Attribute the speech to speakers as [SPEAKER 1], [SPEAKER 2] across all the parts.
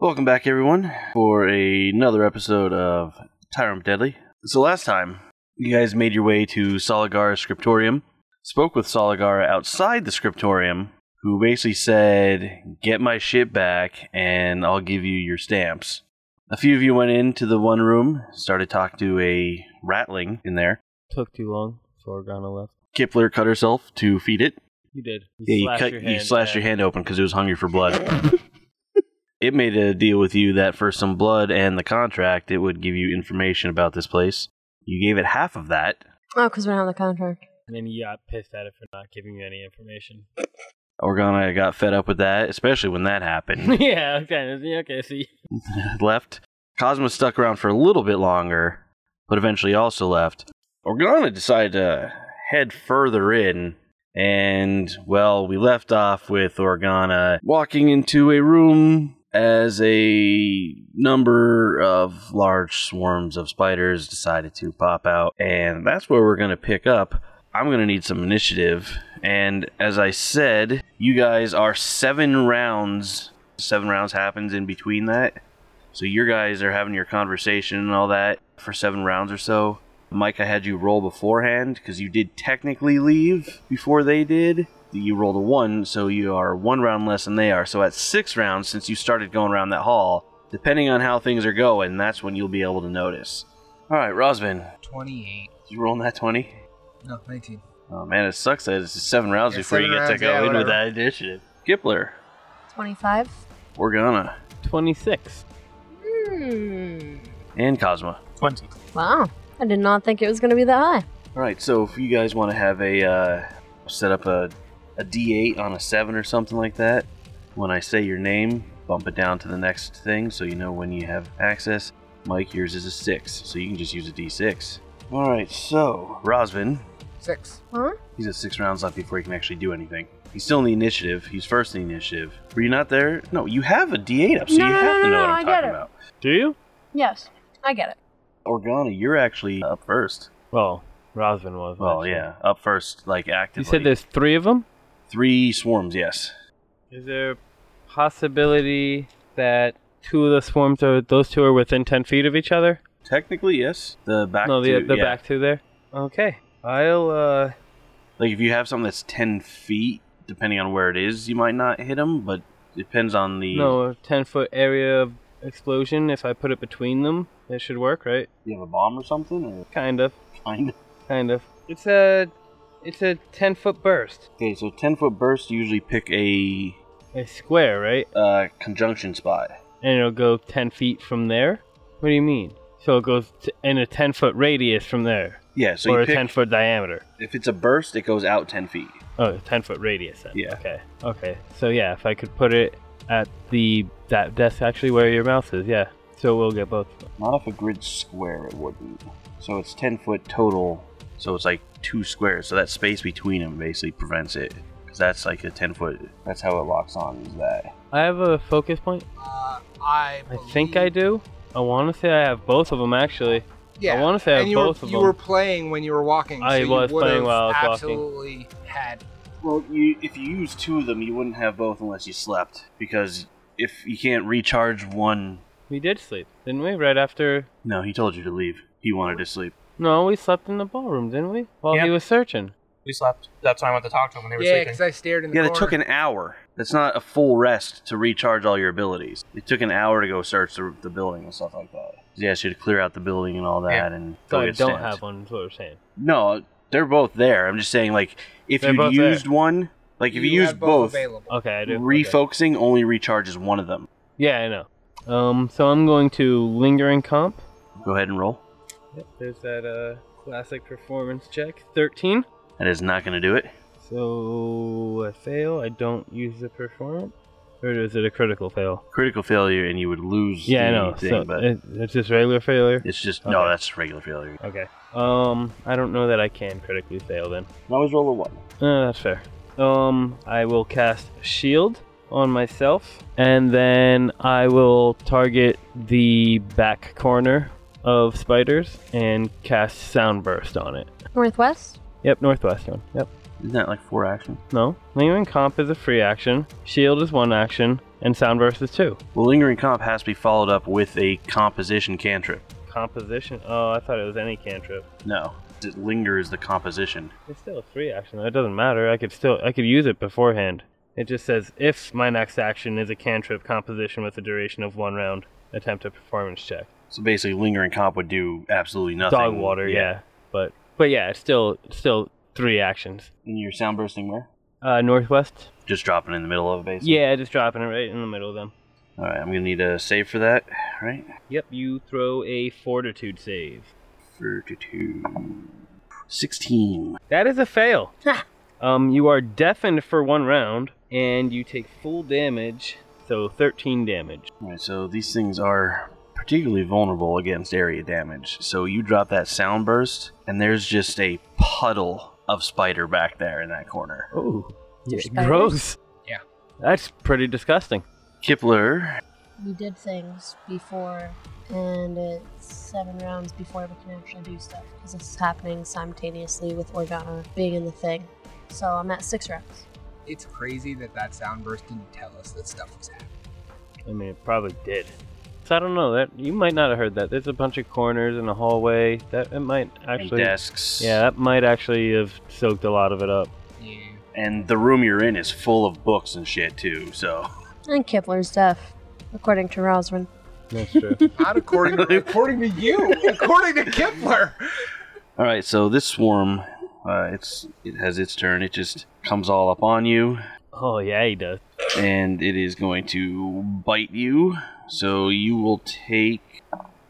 [SPEAKER 1] Welcome back, everyone, for another episode of Tyrant Deadly. So, last time, you guys made your way to Soligar's scriptorium, spoke with Soligar outside the scriptorium, who basically said, Get my shit back, and I'll give you your stamps. A few of you went into the one room, started talking to a rattling in there.
[SPEAKER 2] Took too long. So Organa left.
[SPEAKER 1] Kipler cut herself to feed it.
[SPEAKER 2] You did. You
[SPEAKER 1] Yeah, you
[SPEAKER 2] slashed
[SPEAKER 1] cut,
[SPEAKER 2] your
[SPEAKER 1] you
[SPEAKER 2] hand,
[SPEAKER 1] slashed
[SPEAKER 2] yeah.
[SPEAKER 1] your hand open because it was hungry for blood. it made a deal with you that for some blood and the contract, it would give you information about this place. You gave it half of that.
[SPEAKER 3] Oh, because we don't have the contract.
[SPEAKER 2] And then you got pissed at it for not giving you any information.
[SPEAKER 1] Organa got fed up with that, especially when that happened.
[SPEAKER 2] yeah, okay. yeah, Okay, see.
[SPEAKER 1] left. Cosmo stuck around for a little bit longer, but eventually also left. Organa decided to head further in, and well, we left off with Organa walking into a room as a number of large swarms of spiders decided to pop out, and that's where we're going to pick up. I'm going to need some initiative, and as I said, you guys are seven rounds. Seven rounds happens in between that. So your guys are having your conversation and all that for seven rounds or so. Mike, I had you roll beforehand because you did technically leave before they did. You rolled a one, so you are one round less than they are. So at six rounds, since you started going around that hall, depending on how things are going, that's when you'll be able to notice. All right, Rosvin,
[SPEAKER 4] 28.
[SPEAKER 1] you rolling that twenty?
[SPEAKER 4] No, 19.
[SPEAKER 1] Oh man, it sucks that it's just seven rounds
[SPEAKER 4] Yeah,
[SPEAKER 1] before
[SPEAKER 4] seven
[SPEAKER 1] you get
[SPEAKER 4] rounds,
[SPEAKER 1] to
[SPEAKER 4] yeah,
[SPEAKER 1] go in with
[SPEAKER 4] whatever.
[SPEAKER 1] that initiative. Gipler,
[SPEAKER 3] 25.
[SPEAKER 1] Organa,
[SPEAKER 2] 26.
[SPEAKER 3] Hmm.
[SPEAKER 1] and Cosma.
[SPEAKER 4] 20.
[SPEAKER 3] Wow. I did not think it was going to be that high.
[SPEAKER 1] All right, so if you guys want to have a uh, set up a a D8 on a seven or something like that, when I say your name, bump it down to the next thing so you know when you have access. Mike, yours is a six, so you can just use a D6. All right, so Rosvin,
[SPEAKER 4] 6.
[SPEAKER 3] Huh?
[SPEAKER 1] he's at six rounds left before he can actually do anything. He's still in the initiative. He's first in the initiative. Were you not there? No, you have a D8 up, so
[SPEAKER 3] No,
[SPEAKER 1] you
[SPEAKER 3] no,
[SPEAKER 1] have
[SPEAKER 3] no,
[SPEAKER 1] to know
[SPEAKER 3] no,
[SPEAKER 1] what
[SPEAKER 3] no,
[SPEAKER 1] I'm
[SPEAKER 3] I get
[SPEAKER 1] talking
[SPEAKER 3] it.
[SPEAKER 1] about.
[SPEAKER 2] Do you?
[SPEAKER 3] Yes. I get it.
[SPEAKER 1] Organa, you're actually up first.
[SPEAKER 2] Well, Rosvin was.
[SPEAKER 1] Well,
[SPEAKER 2] actually.
[SPEAKER 1] yeah, up first, like actively.
[SPEAKER 2] You said there's three of them?
[SPEAKER 1] three swarms. Yes.
[SPEAKER 2] Is there possibility that two of the swarms are, those two are within 10 feet of each other?
[SPEAKER 1] Technically, yes. The back.
[SPEAKER 2] no, the,
[SPEAKER 1] two,
[SPEAKER 2] the
[SPEAKER 1] yeah.
[SPEAKER 2] back two there? Okay. I'll, uh,
[SPEAKER 1] Like if you have something that's ten feet, depending on where it is, you might not hit them, but it depends on the.
[SPEAKER 2] no, 10 foot area of explosion. If I put it between them, it should work, right?
[SPEAKER 1] You have a bomb or something, or
[SPEAKER 2] Kind of.
[SPEAKER 1] kind of.
[SPEAKER 2] Kind of. It's a, it's a 10 foot burst.
[SPEAKER 1] Okay, so ten foot bursts usually pick a
[SPEAKER 2] A square, right?
[SPEAKER 1] uh, conjunction spot.
[SPEAKER 2] and it'll go 10 feet from there? What do you mean? So it goes t- in a 10 foot radius from there,
[SPEAKER 1] Yeah. So
[SPEAKER 2] or
[SPEAKER 1] you
[SPEAKER 2] a
[SPEAKER 1] pick,
[SPEAKER 2] 10 foot diameter.
[SPEAKER 1] if it's a burst, it goes out ten feet.
[SPEAKER 2] Oh, a 10 foot radius then.
[SPEAKER 1] Yeah.
[SPEAKER 2] Okay. Okay. So yeah, if I could put it at the that that's actually where your mouse is. Yeah. So we'll get both. of them.
[SPEAKER 1] Not if a grid square, it wouldn't. So it's ten foot total. So it's like two squares. So that space between them basically prevents it. Cause that's like a ten foot. That's how it locks on. Is that?
[SPEAKER 2] I have a focus point.
[SPEAKER 4] Uh, I
[SPEAKER 2] I think I
[SPEAKER 4] believe-
[SPEAKER 2] do. I want to say I have both of them actually.
[SPEAKER 4] Yeah.
[SPEAKER 2] I want to say I
[SPEAKER 4] and
[SPEAKER 2] have
[SPEAKER 4] you
[SPEAKER 2] both
[SPEAKER 4] were,
[SPEAKER 2] of
[SPEAKER 4] you
[SPEAKER 2] them.
[SPEAKER 4] were playing when you were walking.
[SPEAKER 2] I
[SPEAKER 4] so you
[SPEAKER 2] was playing
[SPEAKER 4] would've
[SPEAKER 2] while I was walking.
[SPEAKER 4] absolutely had.
[SPEAKER 1] Well, you, if you use two of them, you wouldn't have both unless you slept. Because if you can't recharge one.
[SPEAKER 2] We did sleep, didn't we? Right after.
[SPEAKER 1] No, he told you to leave. He wanted to sleep.
[SPEAKER 2] No, we slept in the ballroom, didn't we? While he
[SPEAKER 5] Yep.
[SPEAKER 2] was searching.
[SPEAKER 5] We slept. That's why I went to talk to them when they were
[SPEAKER 4] Yeah, because
[SPEAKER 5] sleeping.
[SPEAKER 4] I stared in the
[SPEAKER 1] Yeah, it
[SPEAKER 4] corner.
[SPEAKER 1] took an hour. That's not a full rest to recharge all your abilities. It took an hour to go search the, the building and stuff like that. Yeah, so you had to clear out the building and all that
[SPEAKER 5] Yeah.
[SPEAKER 1] and
[SPEAKER 2] So
[SPEAKER 1] go
[SPEAKER 2] I
[SPEAKER 1] get
[SPEAKER 2] don't
[SPEAKER 1] stamps.
[SPEAKER 2] have one. Is what we're saying.
[SPEAKER 1] No, they're both there. I'm just saying, like, if
[SPEAKER 2] They're
[SPEAKER 1] you
[SPEAKER 2] both there.
[SPEAKER 1] used one, like, if you,
[SPEAKER 4] had
[SPEAKER 1] used both,
[SPEAKER 4] available.
[SPEAKER 2] Okay, I do. Okay.
[SPEAKER 1] refocusing only recharges one of them.
[SPEAKER 2] Yeah, I know. Um, so I'm going to lingering comp.
[SPEAKER 1] Go ahead and roll.
[SPEAKER 2] Yep, there's that uh, classic performance check, 13.
[SPEAKER 1] That is not going to do it.
[SPEAKER 2] So I fail. I don't use the performance, or is it a critical fail?
[SPEAKER 1] critical failure and you would lose
[SPEAKER 2] Yeah, I
[SPEAKER 1] the
[SPEAKER 2] know.
[SPEAKER 1] thing,
[SPEAKER 2] so
[SPEAKER 1] but
[SPEAKER 2] it, it's just regular failure.
[SPEAKER 1] it's just no,
[SPEAKER 2] Okay.
[SPEAKER 1] that's regular failure. You
[SPEAKER 2] Okay. Um, I don't know that I can critically fail then.
[SPEAKER 1] can always roll a one.
[SPEAKER 2] Uh, that's fair. Um, I will cast shield on myself, and then I will target the back corner of spiders and cast sound burst on it.
[SPEAKER 3] Northwest?
[SPEAKER 2] Yep, northwest one. Yep.
[SPEAKER 1] Isn't that like four action?
[SPEAKER 2] No, lingering comp is a free action. Shield is one action. and sound verses too.
[SPEAKER 1] The lingering comp has to be followed up with a composition cantrip.
[SPEAKER 2] Composition. Oh, I thought it was any cantrip.
[SPEAKER 1] No, it lingers the composition.
[SPEAKER 2] It's still a free action. though. It doesn't matter. I could still I could use it beforehand. It just says if my next action is a cantrip composition with a duration of one round, attempt a performance check.
[SPEAKER 1] So basically, lingering comp would do absolutely nothing.
[SPEAKER 2] Dog water, yeah. But but yeah, it's still still three actions.
[SPEAKER 1] And you're sound bursting where?
[SPEAKER 2] Uh, northwest.
[SPEAKER 1] Just dropping in the middle of a base.
[SPEAKER 2] Yeah, just dropping it right in the middle of them.
[SPEAKER 1] All right, I'm gonna need a save for that, right?
[SPEAKER 2] Yep, you throw a fortitude save.
[SPEAKER 1] For two, two. 16.
[SPEAKER 2] That is a fail.
[SPEAKER 3] Ha.
[SPEAKER 2] um, you are deafened for one round, and you take full damage, so 13 damage.
[SPEAKER 1] All right, so these things are particularly vulnerable against area damage. So you drop that sound burst, and there's just a puddle of spider back there in that corner.
[SPEAKER 2] Oh,
[SPEAKER 3] Spiders?
[SPEAKER 2] gross.
[SPEAKER 4] Yeah.
[SPEAKER 2] That's pretty disgusting.
[SPEAKER 1] Kipler,
[SPEAKER 3] You did things before, and it's seven rounds before we can actually do stuff because this is happening simultaneously with Organa being in the thing. So I'm at six rounds.
[SPEAKER 4] It's crazy that that sound burst didn't tell us that stuff was happening.
[SPEAKER 2] I mean, it probably did. So I don't know that you might not have heard that. There's a bunch of corners and a hallway that it might
[SPEAKER 1] and
[SPEAKER 2] actually.
[SPEAKER 1] desks.
[SPEAKER 2] Yeah, that might actually have soaked a lot of it up.
[SPEAKER 4] Yeah.
[SPEAKER 1] And the room you're in is full of books and shit, too, so.
[SPEAKER 3] And Kipler's deaf, according to Roswin.
[SPEAKER 2] That's true.
[SPEAKER 4] Not according to, according to you, according to Kipler.
[SPEAKER 1] All right, so this swarm, uh, it's it has its turn. It just comes all up on you,
[SPEAKER 2] oh yeah, he does.
[SPEAKER 1] and it is going to bite you. So you will take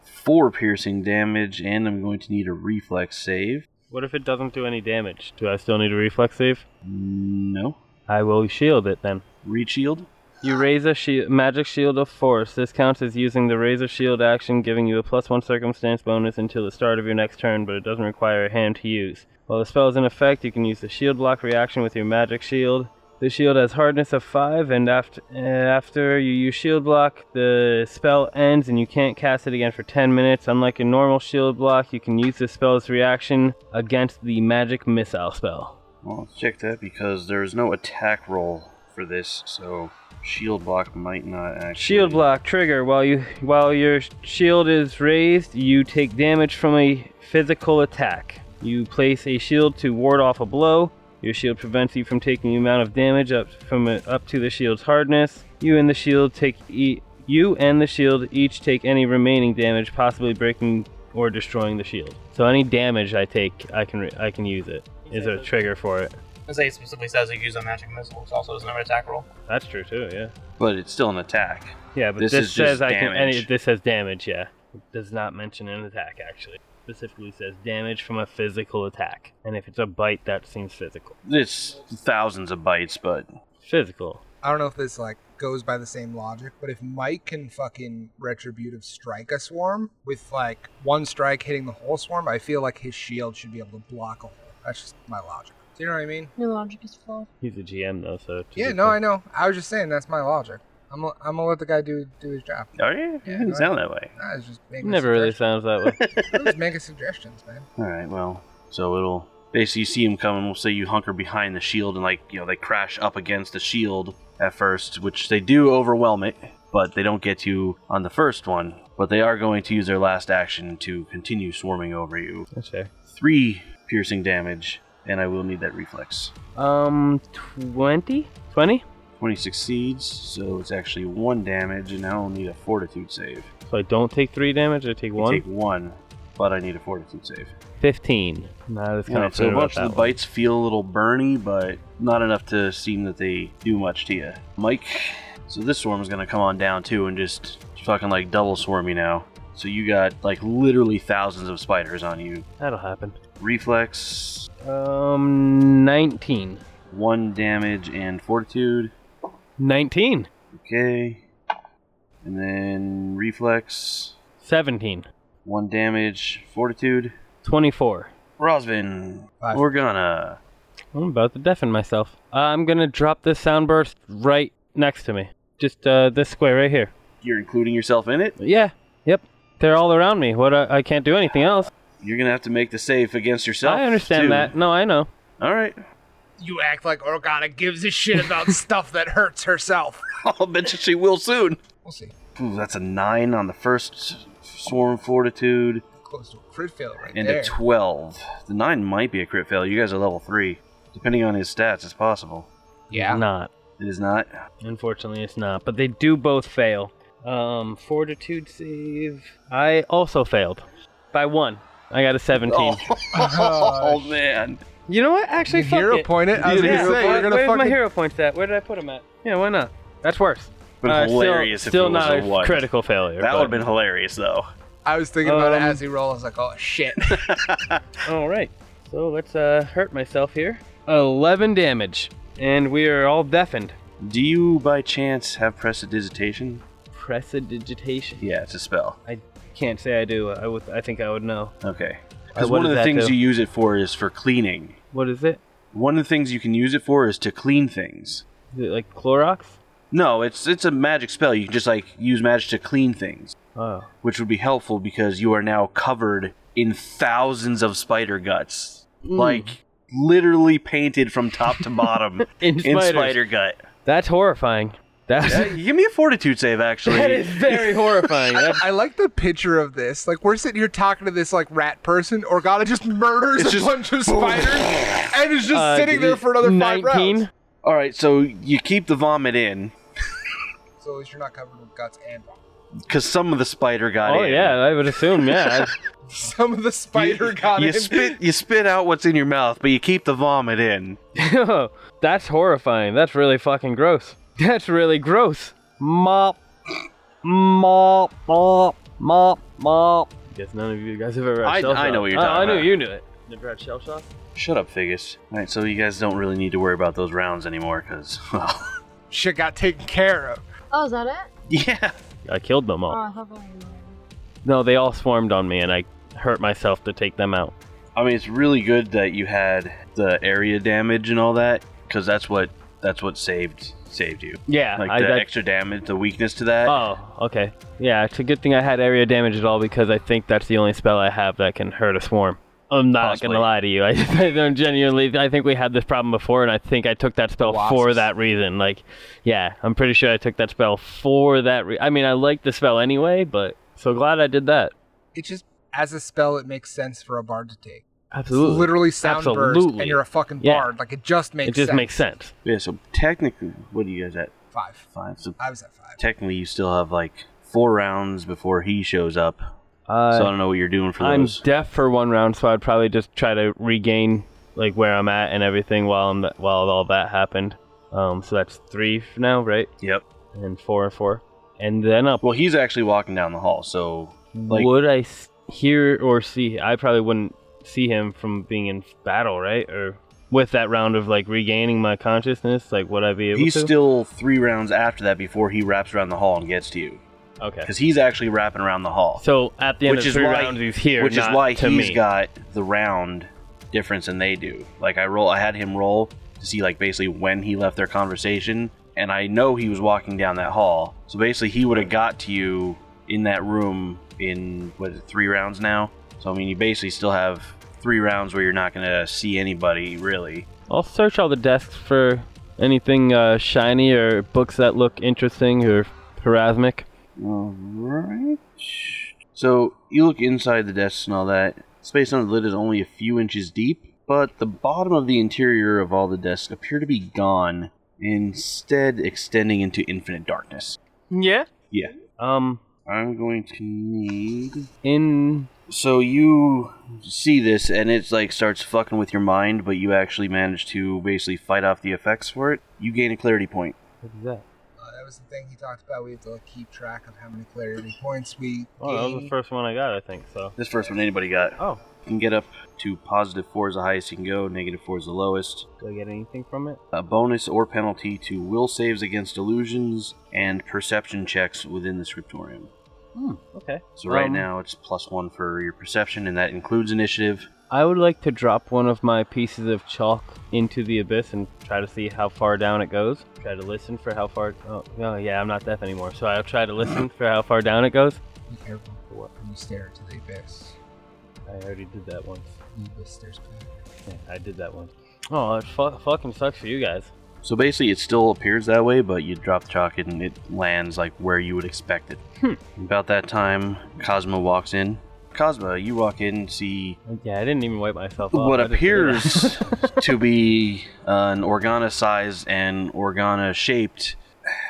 [SPEAKER 1] four piercing damage, and I'm going to need a reflex save.
[SPEAKER 2] What if it doesn't do any damage? Do I still need a reflex save?
[SPEAKER 1] No,
[SPEAKER 2] I will shield it then.
[SPEAKER 1] reach shield.
[SPEAKER 2] You raise a shi magic shield of force. This counts as using the razor shield action, giving you a plus one circumstance bonus until the start of your next turn, but it doesn't require a hand to use. While the spell is in effect, you can use the shield block reaction with your magic shield. The shield has hardness of five, and after uh, after you use shield block, the spell ends, and you can't cast it again for ten minutes. Unlike a normal shield block, you can use the spell's reaction against the magic missile spell.
[SPEAKER 1] Well, let's check that because there's no attack roll for this, so shield block might not actually.
[SPEAKER 2] Shield block trigger. While you while your shield is raised, you take damage from a physical attack. You place a shield to ward off a blow. Your shield prevents you from taking the amount of damage up from up to the shield's hardness. You and the shield take e- you and the shield each take any remaining damage, possibly breaking or destroying the shield. So any damage I take, I can re- I can use it. Is there a trigger for it?
[SPEAKER 5] I say it specifically says you use a magic missile, which also doesn't have an attack roll.
[SPEAKER 2] That's true too. Yeah.
[SPEAKER 1] But it's still an attack.
[SPEAKER 2] Yeah, but
[SPEAKER 1] This
[SPEAKER 2] this,
[SPEAKER 1] is just
[SPEAKER 2] says I can. And
[SPEAKER 1] damage.
[SPEAKER 2] it, this says damage. Yeah, it does not mention an attack actually. Specifically says damage from a physical attack, and if it's a bite, that seems physical.
[SPEAKER 1] It's thousands of bites, but
[SPEAKER 2] Physical.
[SPEAKER 4] I don't know if this like goes by the same logic, but if Mike can fucking retributive strike a swarm with like one strike hitting the whole swarm, I feel like his shield should be able to block a hole. That's just my logic. Do you know what I mean?
[SPEAKER 3] No logic is flawed.
[SPEAKER 2] He's a GM though, so.
[SPEAKER 4] Yeah, no, I know. I was just saying that's my logic. I'm gonna, I'm gonna let the guy do do his job.
[SPEAKER 1] oh yeah, it
[SPEAKER 4] go
[SPEAKER 1] doesn't sound that way.
[SPEAKER 4] I was just making
[SPEAKER 2] Never really
[SPEAKER 4] suggestions.
[SPEAKER 2] sounds that way.
[SPEAKER 4] I'm just making suggestions, man.
[SPEAKER 1] All right, well, so it'll basically you see him coming. We'll say you hunker behind the shield, and like you know they crash up against the shield at first, which they do overwhelm it, but they don't get you on the first one. But they are going to use their last action to continue swarming over you.
[SPEAKER 2] That's fair.
[SPEAKER 1] Three piercing damage, and I will need that reflex.
[SPEAKER 2] Um, twenty. Twenty.
[SPEAKER 1] Twenty succeeds, so it's actually one damage, and now I'll need a Fortitude save.
[SPEAKER 2] So I don't take three damage. I take
[SPEAKER 1] You
[SPEAKER 2] one.
[SPEAKER 1] take one, but I need a Fortitude save.
[SPEAKER 2] Fifteen. Nah, that's kind
[SPEAKER 1] Alright,
[SPEAKER 2] of
[SPEAKER 1] so a bunch of the bites feel a little burny, but not enough to seem that they do much to you. Mike, so this swarm is going to come on down too and just fucking like double swarm you now. So you got like literally thousands of spiders on you.
[SPEAKER 2] That'll happen.
[SPEAKER 1] Reflex,
[SPEAKER 2] Um, nineteen.
[SPEAKER 1] one damage, and fortitude.
[SPEAKER 2] Nineteen.
[SPEAKER 1] Okay. And then reflex,
[SPEAKER 2] Seventeen.
[SPEAKER 1] one damage, fortitude.
[SPEAKER 2] Twenty-four.
[SPEAKER 1] Rosvin,
[SPEAKER 4] Five.
[SPEAKER 1] Organa.
[SPEAKER 2] I'm about to deafen myself. I'm gonna drop this sound burst right next to me. Just uh, this square right here.
[SPEAKER 1] You're including yourself in it?
[SPEAKER 2] Yeah. Yep. They're all around me. What? I, I can't do anything else.
[SPEAKER 1] You're going to have to make the save against yourself.
[SPEAKER 2] I understand
[SPEAKER 1] too.
[SPEAKER 2] that. No, I know.
[SPEAKER 1] All right.
[SPEAKER 4] You act like Organa gives a shit about stuff that hurts herself.
[SPEAKER 1] I'll bet you she will soon.
[SPEAKER 4] We'll see.
[SPEAKER 1] Ooh, that's a nine on the first swarm fortitude
[SPEAKER 4] Close to a crit fail right
[SPEAKER 1] and
[SPEAKER 4] there.
[SPEAKER 1] a 12. The nine might be a crit fail. You guys are level three. Depending on his stats, it's possible.
[SPEAKER 4] yeah.
[SPEAKER 2] Not.
[SPEAKER 1] It is not.
[SPEAKER 2] Unfortunately, it's not. But they do both fail. Um, fortitude save. I also failed by one. I got a 17.
[SPEAKER 1] Oh,
[SPEAKER 4] Oh,
[SPEAKER 1] man.
[SPEAKER 2] You know what? Actually,
[SPEAKER 4] You
[SPEAKER 2] fuck
[SPEAKER 4] hero
[SPEAKER 2] it.
[SPEAKER 4] point it. I was
[SPEAKER 1] Yeah.
[SPEAKER 4] gonna
[SPEAKER 1] Hero
[SPEAKER 4] say you're gonna
[SPEAKER 2] Where's
[SPEAKER 4] fucking
[SPEAKER 2] my hero points at? Where did I put them at? Yeah, why not? That's worse.
[SPEAKER 1] Been
[SPEAKER 2] Uh, still-
[SPEAKER 1] hilarious
[SPEAKER 2] still,
[SPEAKER 1] if it was
[SPEAKER 2] not
[SPEAKER 1] a one.
[SPEAKER 2] critical failure.
[SPEAKER 1] That
[SPEAKER 2] but-
[SPEAKER 1] would have been hilarious, though.
[SPEAKER 4] I was thinking about
[SPEAKER 2] Um,
[SPEAKER 4] it as he rolled. I was like, oh shit.
[SPEAKER 2] All right. So let's uh, hurt myself here. 11 damage, and we are all deafened.
[SPEAKER 1] Do you, by chance, have prestidigitation?
[SPEAKER 2] Prestidigitation.
[SPEAKER 1] Yeah, it's a spell.
[SPEAKER 2] Can't say I do. I would. I think I would know.
[SPEAKER 1] Okay. Because
[SPEAKER 2] what
[SPEAKER 1] one of
[SPEAKER 2] does
[SPEAKER 1] the
[SPEAKER 2] that
[SPEAKER 1] things
[SPEAKER 2] do?
[SPEAKER 1] you use it for is for cleaning.
[SPEAKER 2] What is it?
[SPEAKER 1] One of the things you can use it for is to clean things.
[SPEAKER 2] Is it like Clorox?
[SPEAKER 1] No, it's it's a magic spell. You can just like use magic to clean things,
[SPEAKER 2] Oh.
[SPEAKER 1] which would be helpful because you are now covered in thousands of spider guts.
[SPEAKER 2] Mm.
[SPEAKER 1] Like literally painted from top to bottom
[SPEAKER 2] In
[SPEAKER 1] in
[SPEAKER 2] spiders.
[SPEAKER 1] spider gut.
[SPEAKER 2] That's horrifying. That's,
[SPEAKER 1] Yeah, give me a fortitude save actually.
[SPEAKER 2] that is very horrifying. That's,
[SPEAKER 4] I like the picture of this. Like we're sitting here talking to this like rat person. Organa just murders
[SPEAKER 1] It's
[SPEAKER 4] a
[SPEAKER 1] just-
[SPEAKER 4] bunch of spiders and is just
[SPEAKER 2] uh,
[SPEAKER 4] sitting there for another
[SPEAKER 2] 19?
[SPEAKER 4] five rounds.
[SPEAKER 1] All right, so you keep the vomit in
[SPEAKER 4] So at least you're not covered with guts and vomit.
[SPEAKER 1] cuz some of the spider got
[SPEAKER 2] Oh
[SPEAKER 1] in.
[SPEAKER 2] yeah, I would assume. Yeah.
[SPEAKER 4] Some of the spider got
[SPEAKER 1] you
[SPEAKER 4] in.
[SPEAKER 1] spit you spit out what's in your mouth, but you keep the vomit in.
[SPEAKER 2] That's horrifying. That's really fucking gross. That's really gross. Mop. Mop. Mop. Mop. Mop. Guess none of you guys have ever had
[SPEAKER 1] I-
[SPEAKER 2] shell
[SPEAKER 1] I know
[SPEAKER 2] shock.
[SPEAKER 1] what you're
[SPEAKER 2] Oh,
[SPEAKER 1] talking
[SPEAKER 2] I
[SPEAKER 1] about.
[SPEAKER 2] knew you knew it. Never had shell shock?
[SPEAKER 1] Shut up, Figus. All right, so you guys don't really need to worry about those rounds anymore cuz well,
[SPEAKER 4] Shit got taken care of.
[SPEAKER 3] Oh, is that it?
[SPEAKER 1] yeah.
[SPEAKER 2] I killed them
[SPEAKER 3] Oh,
[SPEAKER 2] all.
[SPEAKER 3] I hope I remember.
[SPEAKER 2] No, they all swarmed on me and I hurt myself to take them out.
[SPEAKER 1] I mean, it's really good that you had the area damage and all that, because that's what that's what saved saved you.
[SPEAKER 2] Yeah.
[SPEAKER 1] Like
[SPEAKER 2] I,
[SPEAKER 1] the
[SPEAKER 2] I-
[SPEAKER 1] extra damage, the weakness to that.
[SPEAKER 2] Oh, okay. Yeah, it's a good thing I had area damage at all because I think that's the only spell I have that can hurt a swarm. I'm not
[SPEAKER 1] Possibly.
[SPEAKER 2] gonna lie to you. I, I don't genuinely. I think we had this problem before, and I think I took that spell for
[SPEAKER 4] Wasps.
[SPEAKER 2] that reason. Like, yeah, I'm pretty sure I took that spell for that. Re- I mean, I like the spell anyway, but so glad I did that.
[SPEAKER 4] It just as a spell, it makes sense for a bard to take.
[SPEAKER 2] Absolutely.
[SPEAKER 4] Literally sound burst,
[SPEAKER 2] Absolutely.
[SPEAKER 4] and you're a fucking
[SPEAKER 2] Yeah.
[SPEAKER 4] bard. Like it just makes.
[SPEAKER 2] it just
[SPEAKER 4] sense.
[SPEAKER 2] makes sense.
[SPEAKER 1] Yeah. So technically, what are you guys at
[SPEAKER 4] five.
[SPEAKER 1] five? So
[SPEAKER 4] I was at five.
[SPEAKER 1] technically, you still have like four rounds before he shows up.
[SPEAKER 2] Uh,
[SPEAKER 1] so I don't know what you're doing for
[SPEAKER 2] I'm
[SPEAKER 1] those.
[SPEAKER 2] deaf for one round, so I'd probably just try to regain like where I'm at and everything while I'm while all that happened. Um, so that's three f- now, right?
[SPEAKER 1] yep.
[SPEAKER 2] And four and four, and then up.
[SPEAKER 1] Well, he's actually walking down the hall, so like
[SPEAKER 2] Would I s- hear or see? I probably wouldn't see him from being in battle, right? Or with that round of like regaining my consciousness, like would I be able
[SPEAKER 1] he's
[SPEAKER 2] to?
[SPEAKER 1] still three rounds after that before he wraps around the hall and gets to you,
[SPEAKER 2] okay.
[SPEAKER 1] because he's actually wrapping around the hall.
[SPEAKER 2] So at the end
[SPEAKER 1] Which
[SPEAKER 2] of
[SPEAKER 1] is
[SPEAKER 2] three
[SPEAKER 1] why-
[SPEAKER 2] rounds, he's here,
[SPEAKER 1] which is
[SPEAKER 2] not
[SPEAKER 1] why
[SPEAKER 2] to
[SPEAKER 1] he's
[SPEAKER 2] me.
[SPEAKER 1] got the round difference than they do. Like I roll, I had him roll to see like basically when he left their conversation, and I know he was walking down that hall. So basically, he would have got to you in that room in what is it, three rounds now. So I mean, you basically still have three rounds where you're not gonna see anybody really.
[SPEAKER 2] I'll search all the desks for anything uh, shiny or books that look interesting or parasmic.
[SPEAKER 1] All right. So you look inside the desks and all that. Space under the lid is only a few inches deep, but the bottom of the interior of all the desks appear to be gone, instead extending into infinite darkness.
[SPEAKER 2] Yeah.
[SPEAKER 1] Yeah.
[SPEAKER 2] Um,
[SPEAKER 1] I'm going to need.
[SPEAKER 2] in
[SPEAKER 1] So you see this, and it's like starts fucking with your mind, but you actually manage to basically fight off the effects for it. You gain a clarity point.
[SPEAKER 2] what is that?
[SPEAKER 4] Uh, that was the thing he talked about. We have to like, keep track of how many clarity points we.
[SPEAKER 2] Oh, that was
[SPEAKER 4] gain.
[SPEAKER 2] the first one I got, I think. So.
[SPEAKER 1] This first one anybody got.
[SPEAKER 2] Oh,
[SPEAKER 1] You can get up to positive four is the highest you can go, negative four is the lowest.
[SPEAKER 2] do I get anything from it?
[SPEAKER 1] a bonus or penalty to will saves against illusions and perception checks within the scriptorium.
[SPEAKER 2] Okay.
[SPEAKER 1] So right
[SPEAKER 2] Um,
[SPEAKER 1] now it's plus one for your perception, and that includes initiative.
[SPEAKER 2] I would like to drop one of my pieces of chalk into the abyss and try to see how far down it goes. Try to listen for how far. Oh, oh yeah, I'm not deaf anymore, so I'll try to listen for how far down it goes.
[SPEAKER 4] Be careful what when you stare into the abyss.
[SPEAKER 2] I already did that once.
[SPEAKER 4] The abyss stares back.
[SPEAKER 2] Yeah, I did that once. Oh, it fu- fucking sucks for you guys.
[SPEAKER 1] So basically, it still appears that way, but you drop the chalk and it lands like where you would expect it.
[SPEAKER 2] Hmm.
[SPEAKER 1] About that time, Cosmo walks in. Cosmo, you walk in and see
[SPEAKER 2] Yeah, I didn't even wipe myself off.
[SPEAKER 1] what
[SPEAKER 2] I just did that.
[SPEAKER 1] appears to be an Organa sized and Organa shaped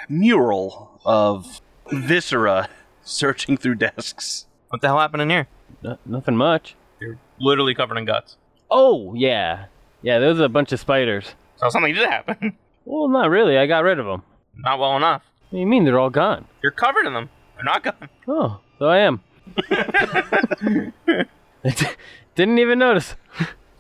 [SPEAKER 1] mural of viscera searching through desks.
[SPEAKER 5] What the hell happened in here?
[SPEAKER 2] No- nothing much.
[SPEAKER 5] You're literally covered in guts.
[SPEAKER 2] Oh yeah, yeah. Those are a bunch of spiders.
[SPEAKER 5] So something did happen.
[SPEAKER 2] Well, not really. I got rid of them.
[SPEAKER 5] Not well enough.
[SPEAKER 2] What do you mean they're all gone?
[SPEAKER 5] You're covered in them. They're not gone.
[SPEAKER 2] Oh, so I am. Didn't even notice.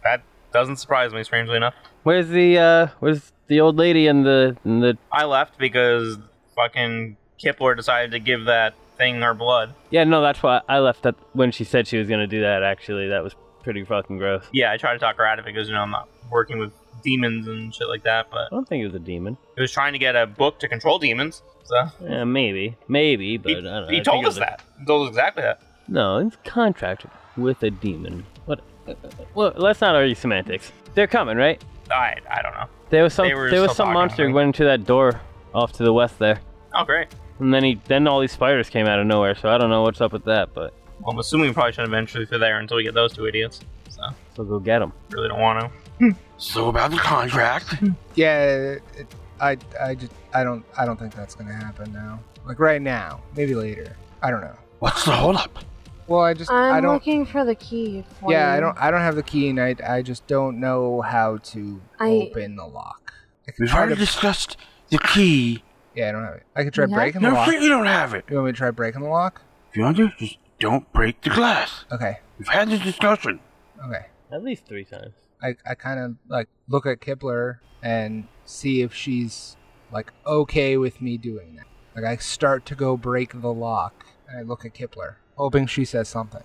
[SPEAKER 5] That doesn't surprise me, strangely enough.
[SPEAKER 2] Where's the uh? Where's the old lady and the and the?
[SPEAKER 5] I left because fucking Kipler decided to give that thing her blood.
[SPEAKER 2] Yeah, no, that's why I left. That when she said she was gonna do that. Actually, that was pretty fucking gross.
[SPEAKER 5] Yeah, I tried to talk her out of it because, you know, I'm not working with demons and shit like that, but
[SPEAKER 2] I don't think it was a demon.
[SPEAKER 5] he was trying to get a book to control demons. So
[SPEAKER 2] Yeah, maybe, maybe, but
[SPEAKER 5] he,
[SPEAKER 2] I don't know.
[SPEAKER 5] he
[SPEAKER 2] I think
[SPEAKER 5] told
[SPEAKER 2] it
[SPEAKER 5] us
[SPEAKER 2] was a-
[SPEAKER 5] that. He told us exactly that.
[SPEAKER 2] No, it's contract with a demon. What? Well, let's not argue semantics. They're coming, right?
[SPEAKER 5] I, I don't know.
[SPEAKER 2] There was some.
[SPEAKER 5] They were
[SPEAKER 2] There was
[SPEAKER 5] still
[SPEAKER 2] some
[SPEAKER 5] talking,
[SPEAKER 2] monster
[SPEAKER 5] right?
[SPEAKER 2] went into that door off to the west there,
[SPEAKER 5] Oh, great.
[SPEAKER 2] and then he then all these spiders came out of nowhere. So I don't know what's up with that, but
[SPEAKER 5] Well, I'm assuming we probably should eventually through there until we get those two idiots. So
[SPEAKER 2] so go get them.
[SPEAKER 5] really don't want to.
[SPEAKER 1] So about the contract.
[SPEAKER 4] Yeah, it, I, I just, I don't, I don't think that's gonna happen now. Like right now, maybe later. I don't know.
[SPEAKER 1] What's the holdup?
[SPEAKER 4] Well, I just,
[SPEAKER 3] I'm
[SPEAKER 4] I don't.
[SPEAKER 3] looking for the key. For
[SPEAKER 4] Yeah,
[SPEAKER 3] you.
[SPEAKER 4] I don't, I don't have the key, and I, I just don't know how to
[SPEAKER 3] I-
[SPEAKER 4] open the lock. I could
[SPEAKER 6] We've
[SPEAKER 4] try
[SPEAKER 6] already
[SPEAKER 4] to,
[SPEAKER 6] discussed the key.
[SPEAKER 4] yeah, I don't have it. I could try
[SPEAKER 3] Yeah.
[SPEAKER 4] breaking the
[SPEAKER 6] No,
[SPEAKER 4] lock.
[SPEAKER 6] you don't have it.
[SPEAKER 4] You want me to try breaking the lock?
[SPEAKER 6] If you want to, just don't break the glass.
[SPEAKER 4] Okay,
[SPEAKER 6] We've had this discussion.
[SPEAKER 4] okay.
[SPEAKER 2] At least three times.
[SPEAKER 4] I, I kind of like look at Kipler and see if she's like okay with me doing that. Like I start to go break the lock, and I look at Kipler, hoping she says something,